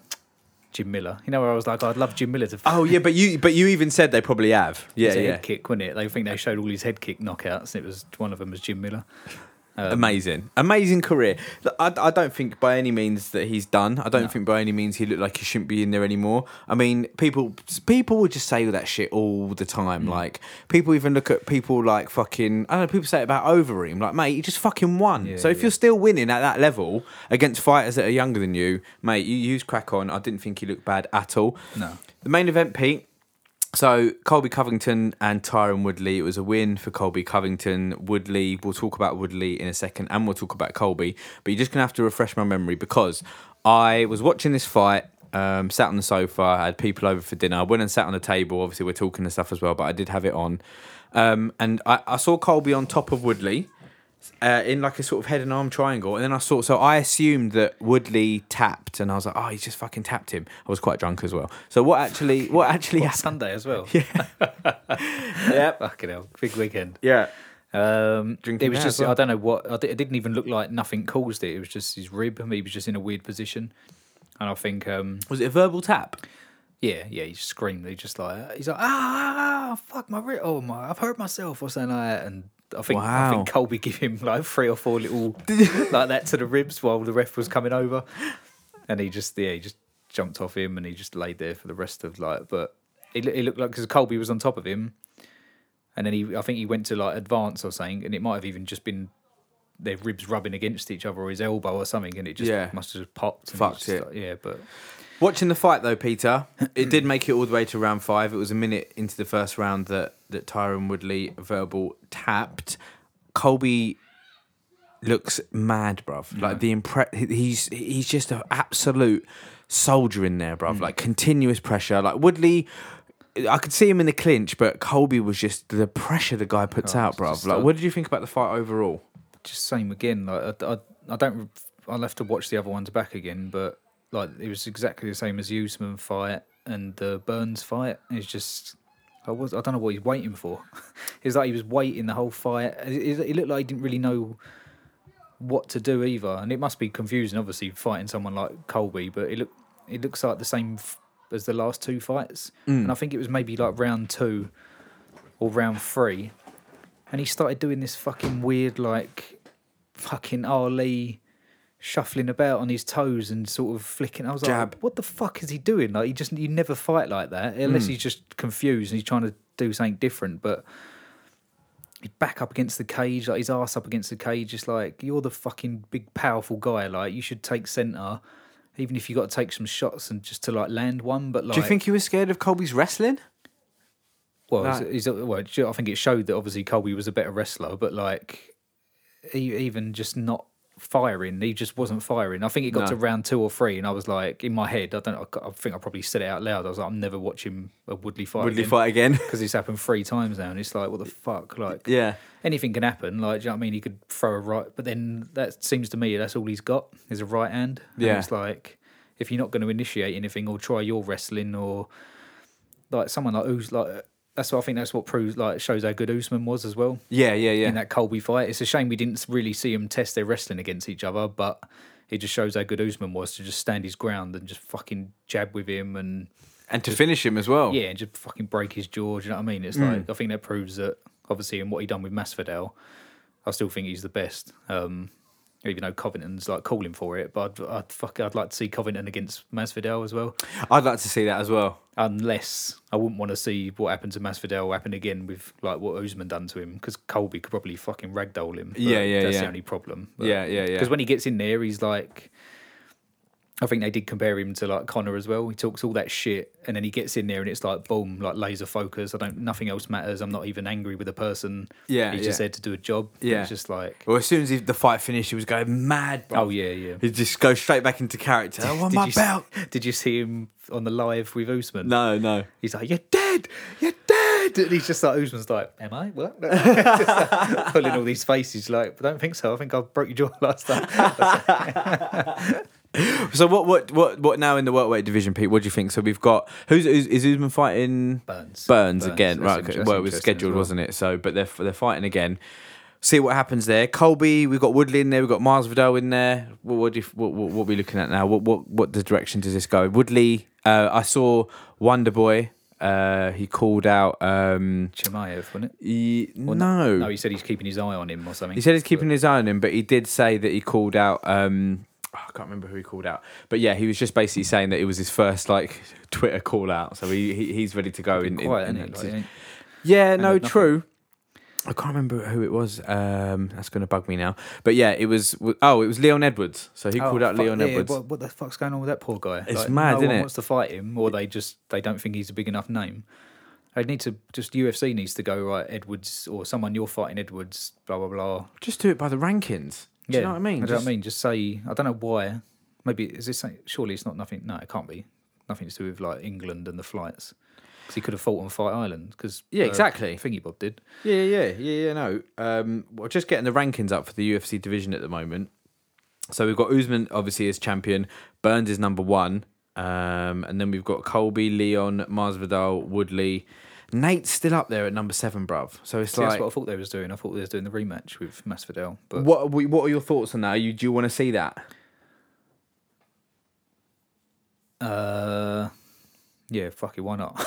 [SPEAKER 2] Jim Miller. You know where I was like, I'd love Jim Miller to. fight.
[SPEAKER 1] oh yeah, but you but you even said they probably have. Yeah,
[SPEAKER 2] his
[SPEAKER 1] yeah.
[SPEAKER 2] head kick, wasn't it? They think they showed all his head kick knockouts, and it was one of them was Jim Miller. Um,
[SPEAKER 1] amazing, amazing career. Look, I, I don't think by any means that he's done. I don't think by any means he looked like he shouldn't be in there anymore. I mean, people people would just say all that shit all the
[SPEAKER 2] Mm.
[SPEAKER 1] time. Like people even look at people like fucking. I don't know. People say it about Overeem, like mate, he just fucking won.
[SPEAKER 2] Yeah,
[SPEAKER 1] so if
[SPEAKER 2] yeah.
[SPEAKER 1] you're still winning at that level against fighters that are younger than you, mate, you use crack on. I didn't think he looked bad at all.
[SPEAKER 2] No.
[SPEAKER 1] The main event, Pete. So Colby Covington and Tyron Woodley. It was a win for Colby Covington. Woodley. We'll talk about Woodley in a second, and we'll talk about Colby. But you're just gonna have to refresh my memory because I was watching this fight. Um, sat on the sofa. I had people over for dinner. I went and sat on the table. Obviously, we're talking and stuff as well, but I did have it on. Um, and I, I saw Colby on top of Woodley uh, in like a sort of head and arm triangle. And then I saw, so I assumed that Woodley tapped, and I was like, oh, he's just fucking tapped him. I was quite drunk as well. So what actually, what actually
[SPEAKER 2] What,
[SPEAKER 1] happened?
[SPEAKER 2] Sunday as well. Yeah.
[SPEAKER 1] Yep.
[SPEAKER 2] Fucking hell. Big weekend.
[SPEAKER 1] Yeah.
[SPEAKER 2] Um,
[SPEAKER 1] Drinking
[SPEAKER 2] it was
[SPEAKER 1] mad
[SPEAKER 2] just
[SPEAKER 1] as well.
[SPEAKER 2] I don't know what I di- it didn't even look like nothing caused it. It was just his rib. He was just in a weird position, and I think um,
[SPEAKER 1] Was it a verbal tap?
[SPEAKER 2] yeah, yeah, he just screamed. He just like he's like ah, ah, fuck my rib. Oh my, I've hurt myself or something like that. And I think I think
[SPEAKER 1] Wow.
[SPEAKER 2] Colby gave him like three or four little like that to the ribs while the ref was coming over, and he just yeah he just jumped off him and he just laid there for the rest of like but it, it looked like because Colby was on top of him. And then he, I think he went to like advance or something, and it might have even just been their ribs rubbing against each other or his elbow or something, and it just
[SPEAKER 1] Yeah.
[SPEAKER 2] must have just popped. and
[SPEAKER 1] Fucked
[SPEAKER 2] just
[SPEAKER 1] it.
[SPEAKER 2] like- yeah, but
[SPEAKER 1] Watching the fight though, Peter, it did make it all the way to round five. It was a minute into the first round that that Tyron Woodley verbal tapped. Colby looks mad, bruv. Like the impre- he's he's just an absolute soldier in there,
[SPEAKER 2] Mm.
[SPEAKER 1] bruv. Like continuous pressure. Like Woodley. I could see him in the clinch, but Colby was just the pressure the guy puts out,
[SPEAKER 2] Oh, it's
[SPEAKER 1] bruv.
[SPEAKER 2] just
[SPEAKER 1] Like,
[SPEAKER 2] a-
[SPEAKER 1] what did you think about the fight overall?
[SPEAKER 2] just same again. Like I, I, I don't. I'll have to watch the other ones back again, but like it was exactly the same as Usman fight and the Burns fight. It's just I was I don't know what he's waiting for. it's like he was waiting the whole fight. It, it- it looked like he didn't really know what to do either, and it must be confusing, obviously, fighting someone like Colby. But it look it looks like the same f- as the last two fights, and I think it was maybe like round two or round three and he started doing this fucking weird like fucking Ali shuffling about on his toes and sort of flicking. I was
[SPEAKER 1] Jab.
[SPEAKER 2] like, what the fuck is he doing? Like, he just you never fight like that unless he's just confused and he's trying to do something different. But his back up against the cage, like his ass up against the cage, just like you're the fucking big powerful guy. Like, you should take center. Even if you got to take some shots and just to like land one, but like
[SPEAKER 1] Do you think he was scared of Colby's wrestling?
[SPEAKER 2] well,
[SPEAKER 1] No.
[SPEAKER 2] he's, he's, well, I think it showed that obviously Colby was a better wrestler, but like, he, even just not firing, he just wasn't firing. I think it got
[SPEAKER 1] No.
[SPEAKER 2] to round two or three, and I was like, in my head, I don't, know, I think I probably said it out loud. I was like, I'm never watching a Woodley fight.
[SPEAKER 1] Woodley fight again?
[SPEAKER 2] because it's happened three times now, and it's like, what the fuck? Like,
[SPEAKER 1] yeah.
[SPEAKER 2] anything can happen. Like, do you know what I mean? He could throw a right, but then that seems to me that's all he's got is a right hand. And
[SPEAKER 1] Yeah.
[SPEAKER 2] it's like if you're not going to initiate anything or try your wrestling or like someone like who's like that's what I think that's what proves like shows how good Usman was as well
[SPEAKER 1] Yeah, yeah, yeah.
[SPEAKER 2] in that Colby fight. It's a shame we didn't really see him test their wrestling against each other, but it just shows how good Usman was to just stand his ground and just fucking jab with him and
[SPEAKER 1] and to finish him as well.
[SPEAKER 2] yeah, and just fucking break his jaw. Do you know what I mean? It's
[SPEAKER 1] Hmm.
[SPEAKER 2] like I think that proves that obviously in what he done with Masvidal, I still think he's the best. Um, even though Covington's like calling for it, but I'd, I'd fuck, I'd like to see Covington against Masvidal as well.
[SPEAKER 1] I'd like to see that as well.
[SPEAKER 2] Unless I wouldn't want to see what happened to Masvidal happen again with like what Usman done to him because Colby could probably fucking ragdoll him. but
[SPEAKER 1] Yeah, yeah,
[SPEAKER 2] That's
[SPEAKER 1] yeah.
[SPEAKER 2] the only problem.
[SPEAKER 1] Yeah, yeah, yeah.
[SPEAKER 2] Because when he gets in there, he's like, I think they did compare him to like Connor as well. He talks all that shit, and then he gets in there, and it's like boom, like laser focus. I don't, nothing else matters. I'm not even angry with a person.
[SPEAKER 1] Yeah,
[SPEAKER 2] he's just
[SPEAKER 1] yeah.
[SPEAKER 2] there to do a job.
[SPEAKER 1] Yeah.
[SPEAKER 2] it's just like,
[SPEAKER 1] Well, as soon as he, the fight finished, he was going mad, bro.
[SPEAKER 2] oh yeah, yeah.
[SPEAKER 1] He'd just go straight back into character. I want
[SPEAKER 2] Did
[SPEAKER 1] my
[SPEAKER 2] you,
[SPEAKER 1] belt.
[SPEAKER 2] Did you see him on the live with Usman?
[SPEAKER 1] No, no.
[SPEAKER 2] He's like, you're dead, you're dead. And he's just like, Usman's like, am I? What? Just, like, pulling all these faces, like, I don't think so. I think I broke your jaw last time.
[SPEAKER 1] So what, what, what, what now in the welterweight division, Pete? What do you think? So we've got who's is, is Usman fighting
[SPEAKER 2] Burns.
[SPEAKER 1] Burns,
[SPEAKER 2] Burns,
[SPEAKER 1] again,
[SPEAKER 2] that's
[SPEAKER 1] right?
[SPEAKER 2] inter-
[SPEAKER 1] okay.
[SPEAKER 2] that's
[SPEAKER 1] Well, it was
[SPEAKER 2] interesting as
[SPEAKER 1] scheduled,
[SPEAKER 2] well.
[SPEAKER 1] wasn't it? So, but they're they're fighting again. See what happens there. Colby, we've got Woodley in there. We've got Mars Vidal in there. What, what, do you, what, what, what are we looking at now? What what what the direction does this go? Woodley, uh, I saw Wonder Boy. Uh, he called out. Um,
[SPEAKER 2] Chimaev, wasn't it?
[SPEAKER 1] he-
[SPEAKER 2] No, Oh, he said he's keeping his eye on him or something.
[SPEAKER 1] He said he's keeping his eye on him, but he did say that he called out. Um, oh, I can't remember who he called out, but yeah, he was just basically saying that it was his first like Twitter call out, so he, he he's ready to go. In, in-
[SPEAKER 2] quiet,
[SPEAKER 1] in-
[SPEAKER 2] innit? Like, ain't-
[SPEAKER 1] yeah, no,
[SPEAKER 2] nothing.
[SPEAKER 1] true. I can't remember who it was. Um, that's going to bug me now. But yeah, it was. Oh, it was Leon Edwards. So he called out
[SPEAKER 2] oh, fuck,
[SPEAKER 1] Leon
[SPEAKER 2] yeah,
[SPEAKER 1] Edwards.
[SPEAKER 2] What, what the fuck's going on with that poor guy?
[SPEAKER 1] It's mad,
[SPEAKER 2] no
[SPEAKER 1] innit?
[SPEAKER 2] one wants to fight him, or they just they don't think he's a big enough name. They need to just UFC needs to go right. Edwards or someone you're fighting Edwards. Blah blah blah.
[SPEAKER 1] Just do it by the rankings. Do you know what I mean?
[SPEAKER 2] Do you know
[SPEAKER 1] Just-
[SPEAKER 2] what I mean? Just say I don't know why. Maybe is this? something- Surely it's not nothing. No, it can't be. Nothing to do with like England and the flights. Because he could have fought on Fight Island. Because
[SPEAKER 1] Yeah, exactly.
[SPEAKER 2] Thingy Bob did.
[SPEAKER 1] Yeah, yeah, yeah, yeah. No, um, we're just getting the rankings up for the UFC division at the moment. So we've got Usman obviously as champion. Burns is number one, um, and then we've got Colby, Leon, Masvidal, Woodley. Nate's still up there at number seven, bruv. So it's
[SPEAKER 2] See,
[SPEAKER 1] like,
[SPEAKER 2] that's what I thought they was doing. I thought they was doing the rematch with Masvidal. But
[SPEAKER 1] what what are your thoughts on that? Are you do you want to see that?
[SPEAKER 2] Uh, yeah, fuck it, why not?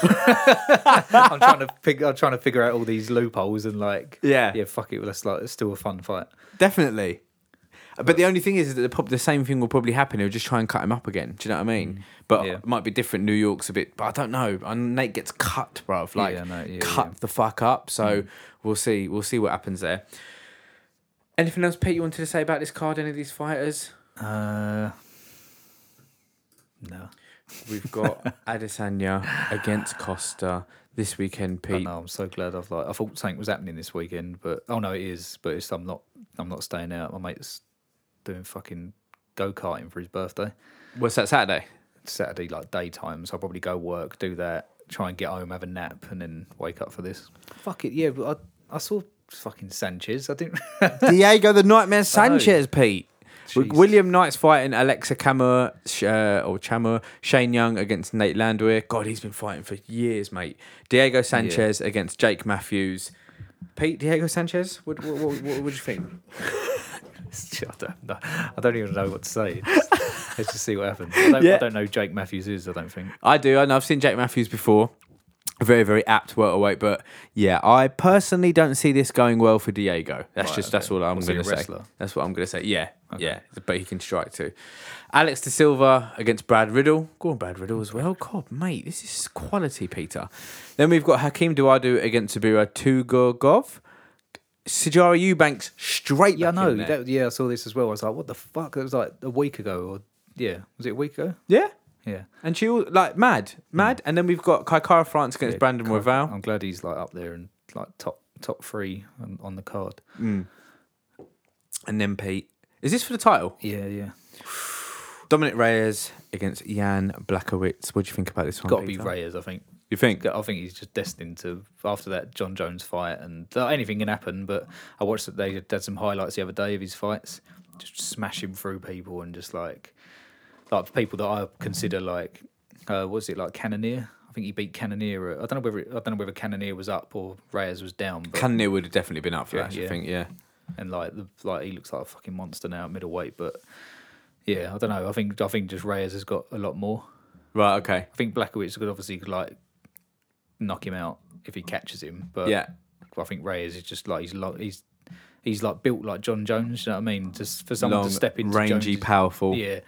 [SPEAKER 2] I'm trying to fig- I'm trying to figure out all these loopholes and like
[SPEAKER 1] Yeah.
[SPEAKER 2] yeah, fuck it. That's like it's still a fun fight.
[SPEAKER 1] Definitely. Uh, But the only thing is that the, prob- the same thing will probably happen. He'll just try and cut him up again. Do you know what I mean? But
[SPEAKER 2] Mm. Yeah.
[SPEAKER 1] it might be different. New York's a bit, but I don't know. And Nate gets cut, bruv. Like,
[SPEAKER 2] Yeah, no, yeah,
[SPEAKER 1] cut
[SPEAKER 2] yeah. Mm.
[SPEAKER 1] the fuck up. So we'll see. We'll see what happens there. Anything else, Pete, you wanted to say about this card? Any of these fighters?
[SPEAKER 2] Uh, no,
[SPEAKER 1] We've got Adesanya against Costa this weekend,
[SPEAKER 2] I
[SPEAKER 1] Pete.
[SPEAKER 2] know. I'm so glad I've like I thought something was happening this weekend, but oh no, it is. But it's I'm not I'm not staying out. My mate's doing fucking go karting for his birthday.
[SPEAKER 1] What's that, Saturday?
[SPEAKER 2] Saturday like daytime, so I'll probably go work, do that, try and get home, have a nap, and then wake up for this. Fuck it, yeah. But I I saw fucking Sanchez. I didn't.
[SPEAKER 1] Diego the Nightmare Sanchez, Pete.
[SPEAKER 2] Jeez.
[SPEAKER 1] William Knight's fighting Alexa Kammer sh- uh, or Chammer, Shane Young against Nate Landwehr. God, he's been fighting for years, mate. Diego Sanchez against Jake Matthews. Pete, Diego Sanchez, what, what, what, what would you think?
[SPEAKER 2] I don't know. I don't even know what to say. It's- Let's just see what happens. I don't,
[SPEAKER 1] Yeah.
[SPEAKER 2] I don't know who Jake Matthews is. I don't think.
[SPEAKER 1] I do. I know. I've seen Jake Matthews before. Very, very apt welterweight. But yeah, I personally don't see this going well for Diego. That's
[SPEAKER 2] Right,
[SPEAKER 1] just that's
[SPEAKER 2] okay.
[SPEAKER 1] all I'm
[SPEAKER 2] Was he
[SPEAKER 1] going
[SPEAKER 2] a
[SPEAKER 1] to say.
[SPEAKER 2] wrestler?
[SPEAKER 1] That's what I'm going to say. Yeah, yeah. But he can strike too. Alex De Silva against Brad Riddle. Go on, Brad Riddle as well. God, mate, this is quality, Peter. Then we've got Hakeem Duadu against Sabira Tugogov. Sajara Eubanks straight.
[SPEAKER 2] Yeah, I
[SPEAKER 1] back in
[SPEAKER 2] know.
[SPEAKER 1] there.
[SPEAKER 2] That, yeah, I saw this as well. I was like, what the fuck? It was like a week ago, or yeah, was it a week ago?
[SPEAKER 1] yeah.
[SPEAKER 2] Yeah.
[SPEAKER 1] And she all like mad, mad. And then we've got Kaikara France against
[SPEAKER 2] Hmm. Yeah,
[SPEAKER 1] Brandon
[SPEAKER 2] God,
[SPEAKER 1] Royval.
[SPEAKER 2] I'm glad he's like up there and like top top three on, on the card.
[SPEAKER 1] And then Pete. Is this for the title?
[SPEAKER 2] Yeah, yeah.
[SPEAKER 1] Dominic Reyes against Jan Blakowicz. What do you think about this one?
[SPEAKER 2] Got to be
[SPEAKER 1] Peter?
[SPEAKER 2] Reyes, I think.
[SPEAKER 1] You think?
[SPEAKER 2] I think he's just destined to after that John Jones fight, and uh, anything can happen. But I watched that they did some highlights the other day of his fights, just smashing through people and just like like people that I consider like uh, was it like Cannoneer? I think he beat Cannoneer. at- I don't know whether it, I don't know whether Cannoneer was up or Reyes was down, but
[SPEAKER 1] Cannonier would have definitely been up for that, I
[SPEAKER 2] Yeah.
[SPEAKER 1] think, yeah.
[SPEAKER 2] and like the, like he looks like a fucking monster now at middleweight. But yeah, I don't know. I think I think just Reyes has got a lot more.
[SPEAKER 1] Right, okay.
[SPEAKER 2] I think Blackowitz could obviously like knock him out if he catches him, but
[SPEAKER 1] Yeah.
[SPEAKER 2] I think Reyes is just like he's lo- he's he's like built like John Jones. You know what I mean? Just for someone
[SPEAKER 1] Long,
[SPEAKER 2] to step into
[SPEAKER 1] rangy,
[SPEAKER 2] Jones's,
[SPEAKER 1] powerful.
[SPEAKER 2] yeah,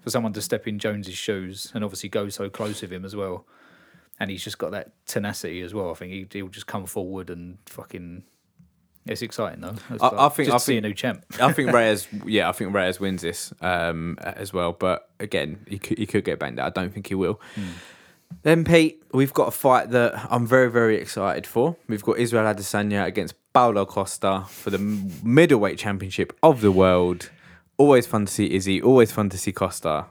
[SPEAKER 2] for someone to step in Jones's shoes and obviously go so close with him as well, and he's just got that tenacity as well. I think he, he'll just come forward and fucking. It's exciting though. It's
[SPEAKER 1] I-
[SPEAKER 2] like
[SPEAKER 1] I think-
[SPEAKER 2] just
[SPEAKER 1] I
[SPEAKER 2] to see a
[SPEAKER 1] think-
[SPEAKER 2] new champ.
[SPEAKER 1] I think Reyes, yeah, I think Reyes wins this um, as well. But again, he could, he could get banged out. I don't think he will. Then, Pete, we've got a fight that I'm very, very excited for. We've got Israel Adesanya against Paulo Costa for the m- middleweight championship of the world. Always fun to see Izzy, always fun to see Costa.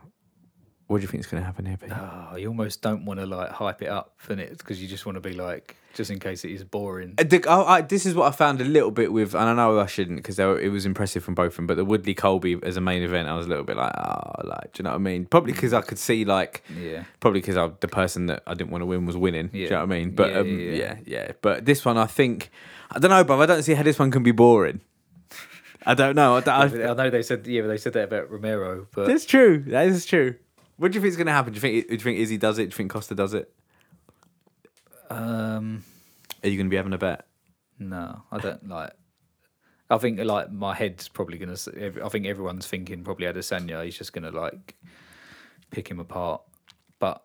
[SPEAKER 1] What do you think is going to happen here, Pete?
[SPEAKER 2] Oh, you almost don't want to like hype it up, and it because you just want to be like, just in case it is boring.
[SPEAKER 1] Uh, the- oh, I, this is what I found a little bit with, and I know I shouldn't because it was impressive from both of them. But the Woodley Colby as a main event, I was a little bit like, oh, like, do you know what I mean? Probably because I could see like,
[SPEAKER 2] Yeah.
[SPEAKER 1] probably because the person that I didn't want to win was winning. Do you
[SPEAKER 2] Yeah.
[SPEAKER 1] know what I mean? But
[SPEAKER 2] Yeah,
[SPEAKER 1] um,
[SPEAKER 2] yeah,
[SPEAKER 1] yeah,
[SPEAKER 2] yeah.
[SPEAKER 1] yeah, But this one, I think, I don't know, but I don't see how this one can be boring. I don't know. I
[SPEAKER 2] I
[SPEAKER 1] don't, I,
[SPEAKER 2] know they said yeah, they said that about Romero, but
[SPEAKER 1] that's true. That is true. What do you think is going to happen? Do you think? Do you think Izzy does it? Do you think Costa does it?
[SPEAKER 2] Um,
[SPEAKER 1] Are you going to be having a bet?
[SPEAKER 2] no, I don't like. I think like my head's probably gonna. s- ev- I think everyone's thinking probably Adesanya. He's just gonna like pick him apart. But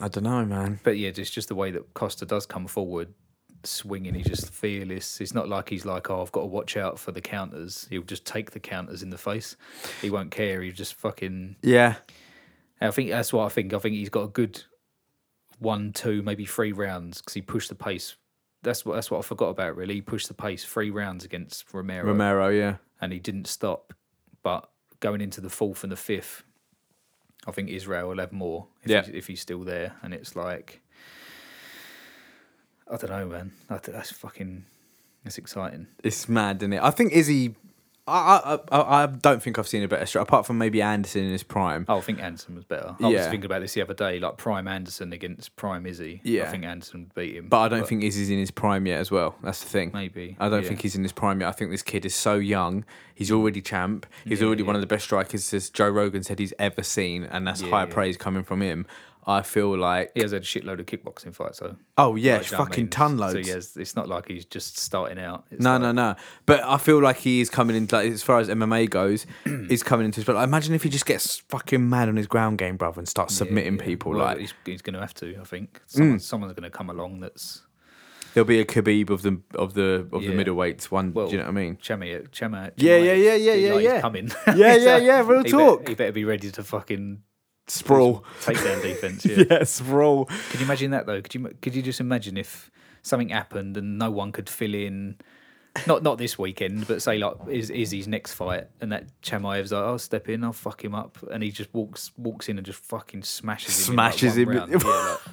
[SPEAKER 1] I don't know, man.
[SPEAKER 2] but yeah, just just the way that Costa does come forward, swinging. He's just fearless. It's not like he's like, oh, I've got to watch out for the counters. He'll just take the counters in the face. He won't care. He just fucking.
[SPEAKER 1] Yeah,
[SPEAKER 2] I think that's what I think. I think he's got a good one, two, maybe three rounds because he pushed the pace. That's what that's what I forgot about. Really, he pushed the pace three rounds against Romero,
[SPEAKER 1] Romero, yeah.
[SPEAKER 2] and he didn't stop. But going into the fourth and the fifth, I think Israel will have more. If
[SPEAKER 1] Yeah.
[SPEAKER 2] he's, if he's still there, and it's like, I don't know, man. I think that's fucking. That's exciting.
[SPEAKER 1] It's mad, isn't it? I think Izzy. I, I I I don't think I've seen a better stri apart from maybe Anderson in his prime.
[SPEAKER 2] Oh, I think Anderson was better. I was
[SPEAKER 1] Yeah.
[SPEAKER 2] thinking about this the other day, like Prime Anderson against Prime Izzy. I
[SPEAKER 1] Yeah.
[SPEAKER 2] think Anderson beat him.
[SPEAKER 1] But I don't think Izzy's in his prime yet as well. That's the thing.
[SPEAKER 2] Maybe,
[SPEAKER 1] I don't
[SPEAKER 2] yeah.
[SPEAKER 1] think he's in his prime yet. I think this kid is so young. He's already champ. He's already one of the best strikers as Joe Rogan said he's ever seen, and that's
[SPEAKER 2] Yeah,
[SPEAKER 1] high
[SPEAKER 2] yeah.
[SPEAKER 1] praise coming from him. I feel like
[SPEAKER 2] he has had a shitload of kickboxing fights though.
[SPEAKER 1] oh yeah,
[SPEAKER 2] Like, do you know what I
[SPEAKER 1] fucking
[SPEAKER 2] mean?
[SPEAKER 1] ton loads.
[SPEAKER 2] So he has, it's not like he's just starting out. It's
[SPEAKER 1] No,
[SPEAKER 2] like-
[SPEAKER 1] no, no. But I feel like he is coming in. Like, as far as MMA goes, he's coming into his. But imagine if he just gets fucking mad on his ground game, brother, and starts submitting
[SPEAKER 2] yeah.
[SPEAKER 1] people.
[SPEAKER 2] Well,
[SPEAKER 1] like Mm.
[SPEAKER 2] he's, he's going to have to. I think Someone, someone's going to come along. That's
[SPEAKER 1] there'll be a Khabib of the of the of
[SPEAKER 2] Yeah.
[SPEAKER 1] the middleweights. One,
[SPEAKER 2] well,
[SPEAKER 1] do you know what I mean?
[SPEAKER 2] Chema, Chema.
[SPEAKER 1] Yeah,
[SPEAKER 2] Chemaev,
[SPEAKER 1] yeah, yeah, yeah,
[SPEAKER 2] he,
[SPEAKER 1] yeah,
[SPEAKER 2] like,
[SPEAKER 1] yeah.
[SPEAKER 2] He's coming.
[SPEAKER 1] Yeah, yeah,
[SPEAKER 2] So
[SPEAKER 1] yeah, real
[SPEAKER 2] he
[SPEAKER 1] talk.
[SPEAKER 2] Better, he better be ready to fucking
[SPEAKER 1] Sprawl.
[SPEAKER 2] take down defense. Yeah.
[SPEAKER 1] Yeah, sprawl.
[SPEAKER 2] Could you imagine that though? Could you could you just imagine if something happened and no one could fill in? Not not this weekend, but say like is Izzy's next fight, and that Chamaev's like, I'll step in, I'll fuck him up, and he just walks walks in and just fucking smashes him. in, like,
[SPEAKER 1] Smashes
[SPEAKER 2] one
[SPEAKER 1] him.
[SPEAKER 2] round.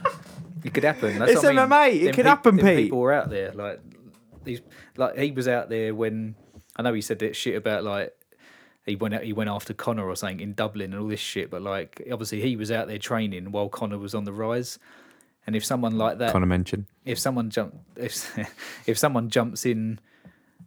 [SPEAKER 2] Yeah, like, it could happen. That's
[SPEAKER 1] It's
[SPEAKER 2] what I mean.
[SPEAKER 1] MMA, it
[SPEAKER 2] Them
[SPEAKER 1] could happen,
[SPEAKER 2] them
[SPEAKER 1] Pete.
[SPEAKER 2] People were out there like these, like he was out there when I know he said that shit about like he went out, he went after Connor or something in Dublin and all this shit. But like, obviously, he was out there training while Connor was on the rise. And if someone like that,
[SPEAKER 1] Kind of mention.
[SPEAKER 2] if someone jump, if if someone jumps in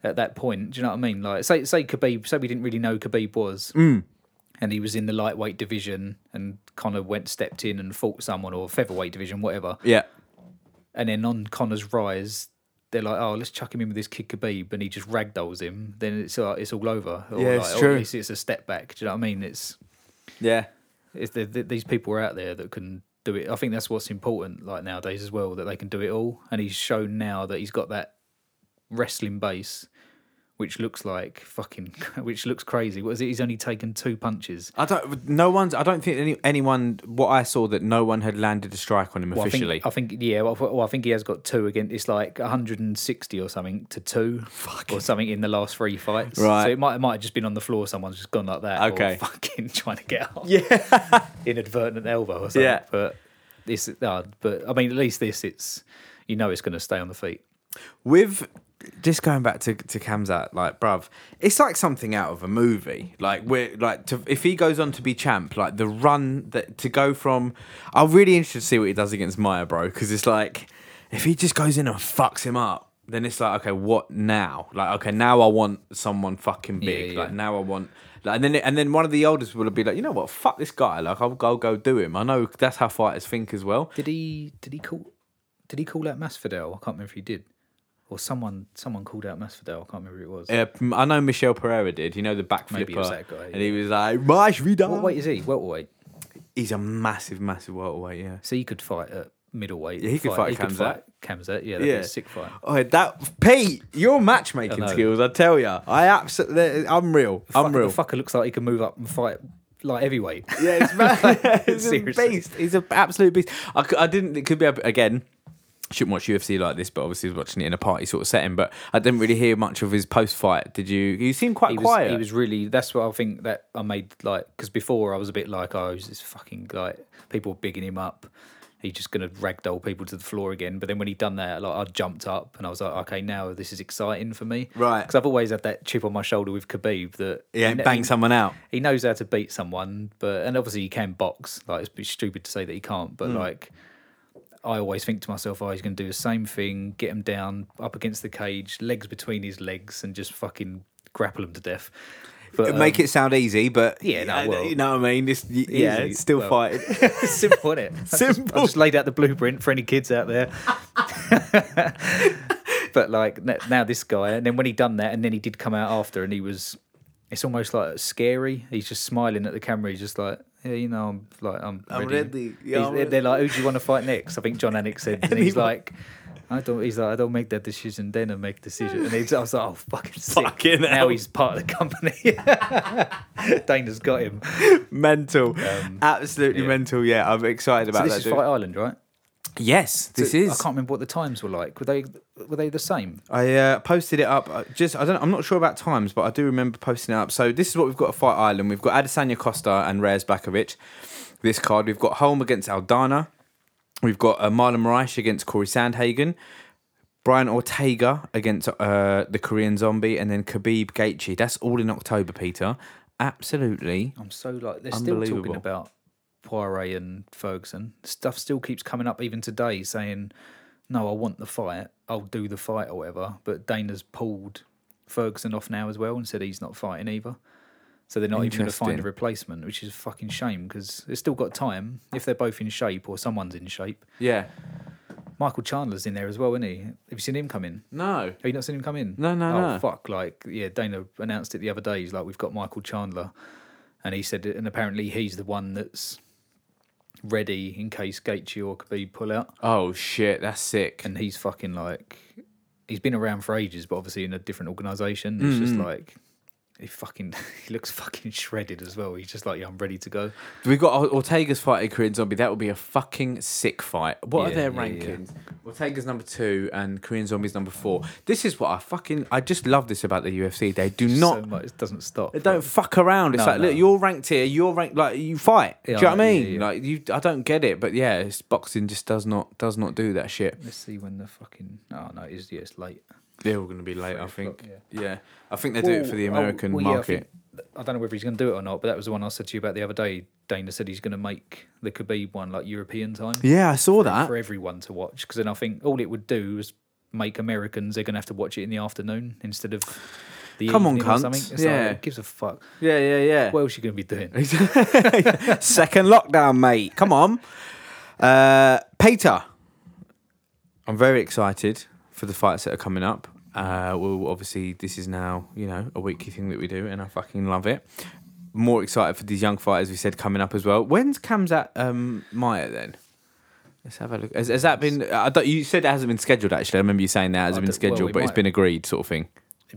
[SPEAKER 2] at that point, do you know what I mean? Like, say say Khabib, say we didn't really know Khabib was, and he was in the lightweight division, and Connor went stepped in and fought someone or featherweight division, whatever
[SPEAKER 1] Yeah.
[SPEAKER 2] and then on Connor's rise, they're like, "Oh, let's chuck him in with this kid Khabib," and he just ragdolls him. Then it's like it's all over. Or
[SPEAKER 1] Yeah,
[SPEAKER 2] like,
[SPEAKER 1] it's
[SPEAKER 2] or at
[SPEAKER 1] true.
[SPEAKER 2] least it's a step back. Do you know what I mean? It's
[SPEAKER 1] Yeah.
[SPEAKER 2] it's the, the, these people are out there that can do it. I think that's what's important, like nowadays as well, that they can do it all. And he's shown now that he's got that wrestling base, which looks like fucking, which looks crazy. What is it? He's only taken two punches.
[SPEAKER 1] I don't. No one's. I don't think any anyone. What I saw that no one had landed a strike on him
[SPEAKER 2] Well,
[SPEAKER 1] officially.
[SPEAKER 2] I think, I think yeah. Well, I thought- well, I think he has got two again. It's like 160 or something to two, or something in the last three fights.
[SPEAKER 1] Right.
[SPEAKER 2] So it might it might have just been on the floor. Someone's just gone like that. Or
[SPEAKER 1] Okay.
[SPEAKER 2] fucking trying to get up.
[SPEAKER 1] yeah.
[SPEAKER 2] Inadvertent elbow or something.
[SPEAKER 1] Yeah.
[SPEAKER 2] But this, uh, but I mean, at least this, it's you know, it's going to stay on the feet.
[SPEAKER 1] with just going back to to Kamzat, like bruv, it's like something out of a movie. Like we're like to, if he goes on to be champ, like the run that to go from. I'm really interested to see what he does against Maya, bro, because it's like if he just goes in and fucks him up, then it's like okay, what now? Like okay, now I want someone fucking big.
[SPEAKER 2] yeah.
[SPEAKER 1] Like now I want. Like, and then and then one of the elders will be like, you know what, fuck this guy. Like I'll go go do him. I know that's how fighters think as well.
[SPEAKER 2] Did he? Did he call? Did he call out Masvidal? I can't remember if he did, or someone someone called out Masvidal. I can't remember who it was.
[SPEAKER 1] Uh, I know Michelle Pereira did. You know the backflipper,
[SPEAKER 2] Maybe it was that guy,
[SPEAKER 1] and he was like, "Mash Vidal."
[SPEAKER 2] What weight is he? Welterweight.
[SPEAKER 1] He's a massive, massive welterweight. Yeah.
[SPEAKER 2] So he could fight at middleweight.
[SPEAKER 1] Yeah, he could fight
[SPEAKER 2] he
[SPEAKER 1] Kamzat.
[SPEAKER 2] Kamzat, yeah, that'd be
[SPEAKER 1] Yeah.
[SPEAKER 2] a sick fight.
[SPEAKER 1] Oh, that Pete, your matchmaking
[SPEAKER 2] I know.
[SPEAKER 1] skills, I tell you, I absolutely, I'm real, I'm
[SPEAKER 2] Fuck,
[SPEAKER 1] real.
[SPEAKER 2] The fucker looks like he can move up and fight like heavyweight.
[SPEAKER 1] Yeah, it's mad. he's a
[SPEAKER 2] Seriously.
[SPEAKER 1] beast. He's an absolute beast. I, cou- I didn't. It could be again. Shouldn't watch UFC like this, but obviously was watching it in a party sort of setting. But I didn't really hear much of his post fight. Did you? You seemed quite
[SPEAKER 2] He was,
[SPEAKER 1] quiet.
[SPEAKER 2] he was really. That's what I think that I made like because before I was a bit like, oh, he's this fucking like people bigging him up. He's just gonna ragdoll people to the floor again. But then when he done that, like I jumped up and I was like, okay, now this is exciting for me,
[SPEAKER 1] Right.
[SPEAKER 2] Because I've always had that chip on my shoulder with Khabib that
[SPEAKER 1] yeah,
[SPEAKER 2] he ne-
[SPEAKER 1] bang
[SPEAKER 2] he-
[SPEAKER 1] someone out.
[SPEAKER 2] he knows how to beat someone, but and obviously he can box. Like it's a bit stupid to say that he can't,
[SPEAKER 1] Hmm.
[SPEAKER 2] but like I always think to myself, oh, he's going to do the same thing, get him down up against the cage, legs between his legs, and just fucking grapple him to death. But um,
[SPEAKER 1] Make it sound easy, but
[SPEAKER 2] Yeah, no,
[SPEAKER 1] I-
[SPEAKER 2] well-
[SPEAKER 1] you know what I mean. It's, yeah,
[SPEAKER 2] Easy,
[SPEAKER 1] it's still
[SPEAKER 2] well.
[SPEAKER 1] fighting.
[SPEAKER 2] it's um, simple, is it? I just,
[SPEAKER 1] Simple.
[SPEAKER 2] I just laid out the blueprint for any kids out there. but like n- now, this guy, and then when he done that, and then he did come out after, and he was, it's almost like scary. He's just smiling at the camera. He's just like, yeah, you know, I'm like, I'm,
[SPEAKER 1] I'm ready. Yeah,
[SPEAKER 2] He's-
[SPEAKER 1] I'm
[SPEAKER 2] they're- They're like, who do you want to fight next? I think John Anik said, and he's
[SPEAKER 1] Anyone.
[SPEAKER 2] like. I don't. He's like, I don't make that decision. Then I make decision. And he's, I was like, oh fucking sick.
[SPEAKER 1] Fucking
[SPEAKER 2] now
[SPEAKER 1] hell.
[SPEAKER 2] he's part of the company. Dana's got him.
[SPEAKER 1] mental, absolutely
[SPEAKER 2] yeah.
[SPEAKER 1] mental. Um, Yeah, I'm excited
[SPEAKER 2] So
[SPEAKER 1] about
[SPEAKER 2] this
[SPEAKER 1] that.
[SPEAKER 2] is
[SPEAKER 1] dude.
[SPEAKER 2] Fight Island, right?
[SPEAKER 1] Yes, this
[SPEAKER 2] So
[SPEAKER 1] is.
[SPEAKER 2] I can't remember what the times were like. Were they were they the same?
[SPEAKER 1] I uh, posted it up. uh, Just I don't. I'm not sure about times, but I do remember posting it up. So this is what we've got at Fight Island. We've got Adesanya Costa and Reyes Bakovic. This card. We've got Holm against Aldana. We've got uh, Marlon Reich against Corey Sandhagen. Brian Ortega against uh, the Korean Zombie, and then Khabib Gaethje. That's all in October, Peter. Absolutely.
[SPEAKER 2] I'm so like they're still talking
[SPEAKER 1] Unbelievable.
[SPEAKER 2] about Poirier and Ferguson. Stuff still keeps coming up even today saying, No, I want the fight, I'll do the fight or whatever. But Dana's pulled Ferguson off now as well and said he's not fighting either. So they're not even going to find a
[SPEAKER 1] Interesting.
[SPEAKER 2] replacement, which is a fucking shame because it's still got time. If they're both in shape or someone's in shape,
[SPEAKER 1] Yeah.
[SPEAKER 2] Michael Chandler's in there as well, isn't he? Have you seen him come in?
[SPEAKER 1] No.
[SPEAKER 2] Have you not seen him come in?
[SPEAKER 1] No, no,
[SPEAKER 2] oh,
[SPEAKER 1] no.
[SPEAKER 2] fuck. Like, yeah, Dana announced it the other day. He's like, we've got Michael Chandler. And he said, and apparently he's the one that's ready in case Gaethje or Khabib pull out.
[SPEAKER 1] Oh shit. That's sick.
[SPEAKER 2] And he's fucking like, he's been around for ages, but obviously in a different organisation. It's just
[SPEAKER 1] Mm-hmm.
[SPEAKER 2] like, he fucking, he looks fucking shredded as well. He's just like, yeah, I'm ready to go.
[SPEAKER 1] We've got Or- Ortega's fighting Korean Zombie. That would be a fucking sick fight. What are
[SPEAKER 2] Yeah,
[SPEAKER 1] their
[SPEAKER 2] yeah, yeah.
[SPEAKER 1] rankings? Ortega's number two and Korean Zombie's number four. This is what I fucking. I just love this about the UFC. They do not.
[SPEAKER 2] so much, it doesn't stop.
[SPEAKER 1] they don't fuck around. It's
[SPEAKER 2] No,
[SPEAKER 1] like,
[SPEAKER 2] no.
[SPEAKER 1] look, you're ranked here. You're ranked. Like you fight. do you know
[SPEAKER 2] Yeah,
[SPEAKER 1] what I mean?
[SPEAKER 2] yeah, yeah.
[SPEAKER 1] Like you. I don't get it. But yeah, it's, boxing just does not does not do that shit.
[SPEAKER 2] Let's see when the fucking, oh no, it is, yeah, it's late.
[SPEAKER 1] They're all going to be late. I
[SPEAKER 2] Three
[SPEAKER 1] think.
[SPEAKER 2] o'clock,
[SPEAKER 1] Yeah. I think they do it for the
[SPEAKER 2] Well, oh,
[SPEAKER 1] American
[SPEAKER 2] well, yeah, I
[SPEAKER 1] market.
[SPEAKER 2] think- I, don't know whether he's going to do it or not, but that was the one I said to you about the other day. Dana said he's going to make the Khabib one like European time
[SPEAKER 1] yeah, I saw that.
[SPEAKER 2] for everyone to watch because then I think all it would do is make Americans they're going to have to watch it in the afternoon instead of the
[SPEAKER 1] Come on,
[SPEAKER 2] evening or
[SPEAKER 1] cunts.
[SPEAKER 2] something. It's
[SPEAKER 1] Yeah.
[SPEAKER 2] like, who gives a fuck.
[SPEAKER 1] Yeah, yeah, yeah.
[SPEAKER 2] What else you going to be doing?
[SPEAKER 1] Second lockdown, mate. Come on. Uh, Peter, I'm very excited for the fights that are coming up. Uh, well, obviously, this is now, you know, a weekly thing that we do, and I fucking love it. More excited for these young fighters, we said, coming up as well. When's Kamzat um, Maya then? Let's have a look. Has, has that been? I thought you said it hasn't been scheduled. Actually, I remember you saying that it hasn't
[SPEAKER 2] I
[SPEAKER 1] been
[SPEAKER 2] don't- well,
[SPEAKER 1] scheduled,
[SPEAKER 2] it
[SPEAKER 1] but it's
[SPEAKER 2] might.
[SPEAKER 1] been agreed, sort of thing.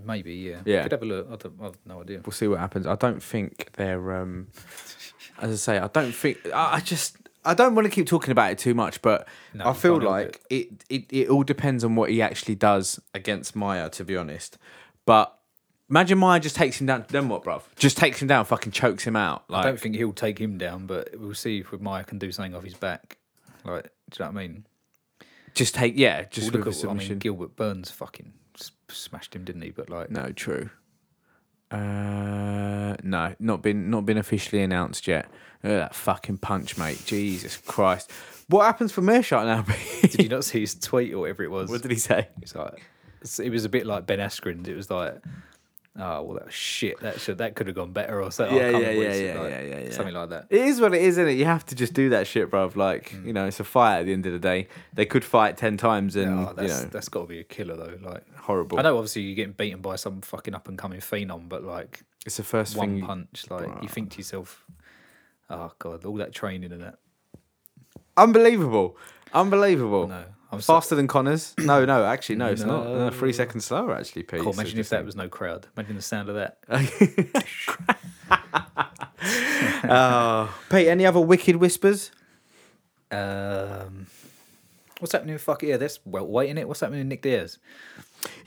[SPEAKER 2] Maybe yeah.
[SPEAKER 1] Yeah.
[SPEAKER 2] Could have a look. I, don't, I've no idea.
[SPEAKER 1] We'll see what happens. I don't think they're. Um, as I say, I don't think. I, I just. I don't want to keep talking about it too much, but
[SPEAKER 2] No,
[SPEAKER 1] I
[SPEAKER 2] you
[SPEAKER 1] feel
[SPEAKER 2] can't help
[SPEAKER 1] like it. It, it all depends on what he actually does against Maya, to be honest. But imagine Maya just takes him down. Then what, bruv? Just takes him down, fucking chokes him out.
[SPEAKER 2] I
[SPEAKER 1] Like,
[SPEAKER 2] don't think he'll take him down, but we'll see if Maya can do something off his back. Like, do you know what I mean?
[SPEAKER 1] just take. Yeah, just
[SPEAKER 2] Well, look
[SPEAKER 1] with a
[SPEAKER 2] at, I mean,
[SPEAKER 1] submission.
[SPEAKER 2] Gilbert Burns fucking s- smashed him, didn't he? But like,
[SPEAKER 1] no, true. Uh, no, not been not been officially announced yet. Look at that fucking punch, mate. Jesus Christ. What happens for Mearshot now? Pete?
[SPEAKER 2] Did you not see his tweet or whatever it was?
[SPEAKER 1] what did he say?
[SPEAKER 2] It's like it's- it was a bit like Ben Askren. It was like, oh well, that shit. That should that could have gone better or Oh, something. I
[SPEAKER 1] Yeah,
[SPEAKER 2] can't
[SPEAKER 1] yeah,
[SPEAKER 2] remember what he
[SPEAKER 1] yeah,
[SPEAKER 2] said,
[SPEAKER 1] yeah,
[SPEAKER 2] like,
[SPEAKER 1] yeah, yeah, yeah.
[SPEAKER 2] something like that.
[SPEAKER 1] It is what it is, isn't it? You have to just do that shit, bruv. Like,
[SPEAKER 2] Hmm.
[SPEAKER 1] you know, it's a fight at the end of the day. They could fight 10 times and,
[SPEAKER 2] Oh,
[SPEAKER 1] you
[SPEAKER 2] that's
[SPEAKER 1] know,
[SPEAKER 2] that's got to be a killer though. Like,
[SPEAKER 1] Mm, horrible.
[SPEAKER 2] I know obviously you're getting beaten by some fucking up and coming phenom, but like
[SPEAKER 1] It's the first
[SPEAKER 2] one
[SPEAKER 1] thing.
[SPEAKER 2] punch, like you think to yourself, oh god, all that training and that.
[SPEAKER 1] Unbelievable. Unbelievable.
[SPEAKER 2] No, I'm so,
[SPEAKER 1] Faster than Connors. No, no, actually, no, it's not. No, three seconds slower, actually, Pete.
[SPEAKER 2] cool.
[SPEAKER 1] So
[SPEAKER 2] Imagine if
[SPEAKER 1] just
[SPEAKER 2] that was no crowd. Imagine the sound of that.
[SPEAKER 1] think- Oh. Pete, any other wicked whispers?
[SPEAKER 2] Um, what's happening with fuck yeah? That's welterweight in it. What's happening with Nick Diaz?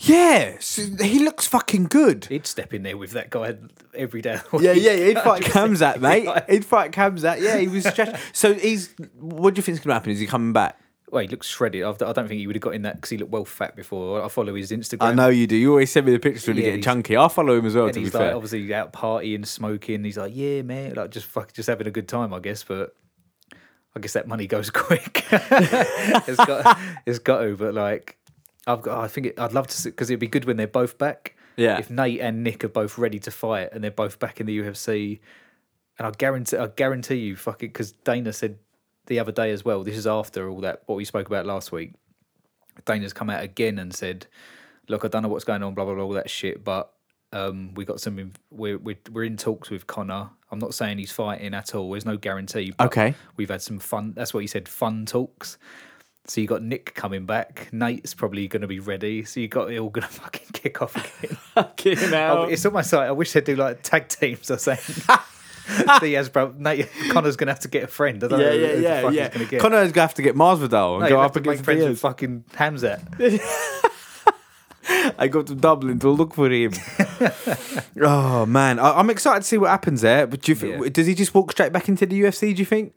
[SPEAKER 1] Yes. He looks fucking good.
[SPEAKER 2] He'd step in there with that guy every day. of the
[SPEAKER 1] Yeah,
[SPEAKER 2] week.
[SPEAKER 1] yeah, he'd fight Kamzat, mate.
[SPEAKER 2] Like-
[SPEAKER 1] He'd fight Kamzat. Yeah, he was stretched. So he's. What do you think's going to happen? Is he coming back?
[SPEAKER 2] Well, he looks shredded. I've- I don't think he would have got in that because he looked well fat before. I follow his Instagram.
[SPEAKER 1] I know you do. You always send me the pictures when
[SPEAKER 2] Yeah,
[SPEAKER 1] you're getting
[SPEAKER 2] he's-
[SPEAKER 1] chunky. I follow him as well,
[SPEAKER 2] And
[SPEAKER 1] to be
[SPEAKER 2] he's like,
[SPEAKER 1] fair.
[SPEAKER 2] obviously out partying, smoking. He's like, yeah, man, like just fuck, just having a good time, I guess. But I guess that money goes quick. it's got, it's got to. But like, I've got. I think it, I'd love to see because it'd be good when they're both back.
[SPEAKER 1] Yeah.
[SPEAKER 2] If Nate and Nick are both ready to fight and they're both back in the UFC, and I guarantee, I guarantee you, fucking, because Dana said the other day as well. This is after all that what we spoke about last week. Dana's come out again and said, "Look, I don't know what's going on, blah blah blah, all that shit, but um, we got some. We're, we're we're in talks with Connor. I'm not saying he's fighting at all. There's no guarantee. But
[SPEAKER 1] Okay.
[SPEAKER 2] we've had some fun. That's what he said. Fun talks. So you got Nick coming back. Nate's probably going to be ready. So you got it all going to fucking kick off again.
[SPEAKER 1] Fucking Um,
[SPEAKER 2] I- It's almost like I wish they'd do like tag teams or something. Diaz, bro. Nate, Connor's gonna have to get a friend. I don't
[SPEAKER 1] Yeah,
[SPEAKER 2] know
[SPEAKER 1] yeah,
[SPEAKER 2] who the
[SPEAKER 1] yeah,
[SPEAKER 2] fuck
[SPEAKER 1] yeah.
[SPEAKER 2] he's gonna get.
[SPEAKER 1] Connor's gonna have to get Masvidal and
[SPEAKER 2] no,
[SPEAKER 1] go
[SPEAKER 2] he'll have
[SPEAKER 1] up
[SPEAKER 2] to make
[SPEAKER 1] against
[SPEAKER 2] friends with
[SPEAKER 1] Diaz.
[SPEAKER 2] fucking Hamzat.
[SPEAKER 1] I go to Dublin to look for him. oh man, I, I'm excited to see what happens there. But do you think,
[SPEAKER 2] Yeah.
[SPEAKER 1] does he just walk straight back into the UFC? Do you think?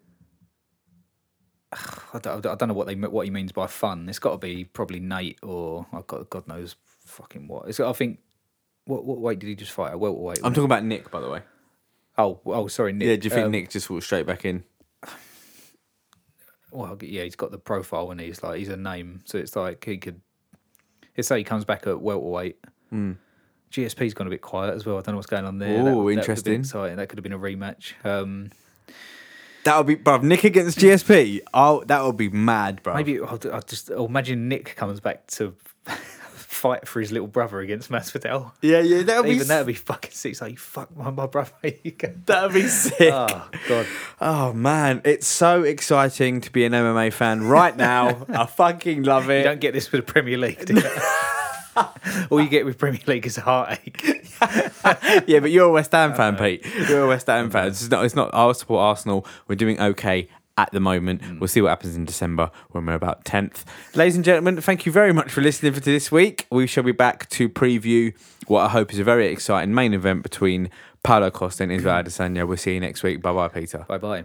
[SPEAKER 2] I don't, I don't know what they what he means by fun. It's got to be probably Nate or I've got God knows fucking what. It's, I think. What, what weight did he just fight? A welterweight.
[SPEAKER 1] I'm talking about Nick, by the way.
[SPEAKER 2] oh, oh, sorry, Nick.
[SPEAKER 1] Um, Yeah, do you think
[SPEAKER 2] Um,
[SPEAKER 1] Nick just walked straight back in?
[SPEAKER 2] well, yeah, he's got the profile and he's like he's a name, so it's like he could. Let's say he comes back at welterweight. GSP's gone a bit quiet as well. I don't know what's going on there.
[SPEAKER 1] Hmm. Ooh,
[SPEAKER 2] That- that would have been
[SPEAKER 1] interesting.
[SPEAKER 2] exciting. That could have been a rematch. Um,
[SPEAKER 1] That would be, bruv, Nick against GSP. Oh, that would be mad, bruv.
[SPEAKER 2] maybe I'll, I'll just I'll imagine Nick comes back to fight for his little brother against Masvidal.
[SPEAKER 1] Yeah, yeah, that would be.
[SPEAKER 2] Even that would be fucking sick. It's like, fuck my, my brother. you go.
[SPEAKER 1] that Ah, would be sick.
[SPEAKER 2] Oh, God.
[SPEAKER 1] Oh man, it's so exciting to be an MMA fan right now. I fucking love
[SPEAKER 2] You
[SPEAKER 1] it.
[SPEAKER 2] don't get this with the Premier League, do you? All you get with Premier League is a heartache.
[SPEAKER 1] yeah, but you're a West Ham fan,
[SPEAKER 2] Uh-uh.
[SPEAKER 1] Pete. You're a West Ham fan. It's not. It's not. I support Arsenal. We're doing okay at the moment.
[SPEAKER 2] Mm.
[SPEAKER 1] We'll see what happens in December when we're about tenth. Ladies and gentlemen, thank you very much for listening for this week. We shall be back to preview what I hope is a very exciting main event between Paulo Costa and Israel Adesanya. We'll see you next week. Bye bye, Peter.
[SPEAKER 2] Bye bye.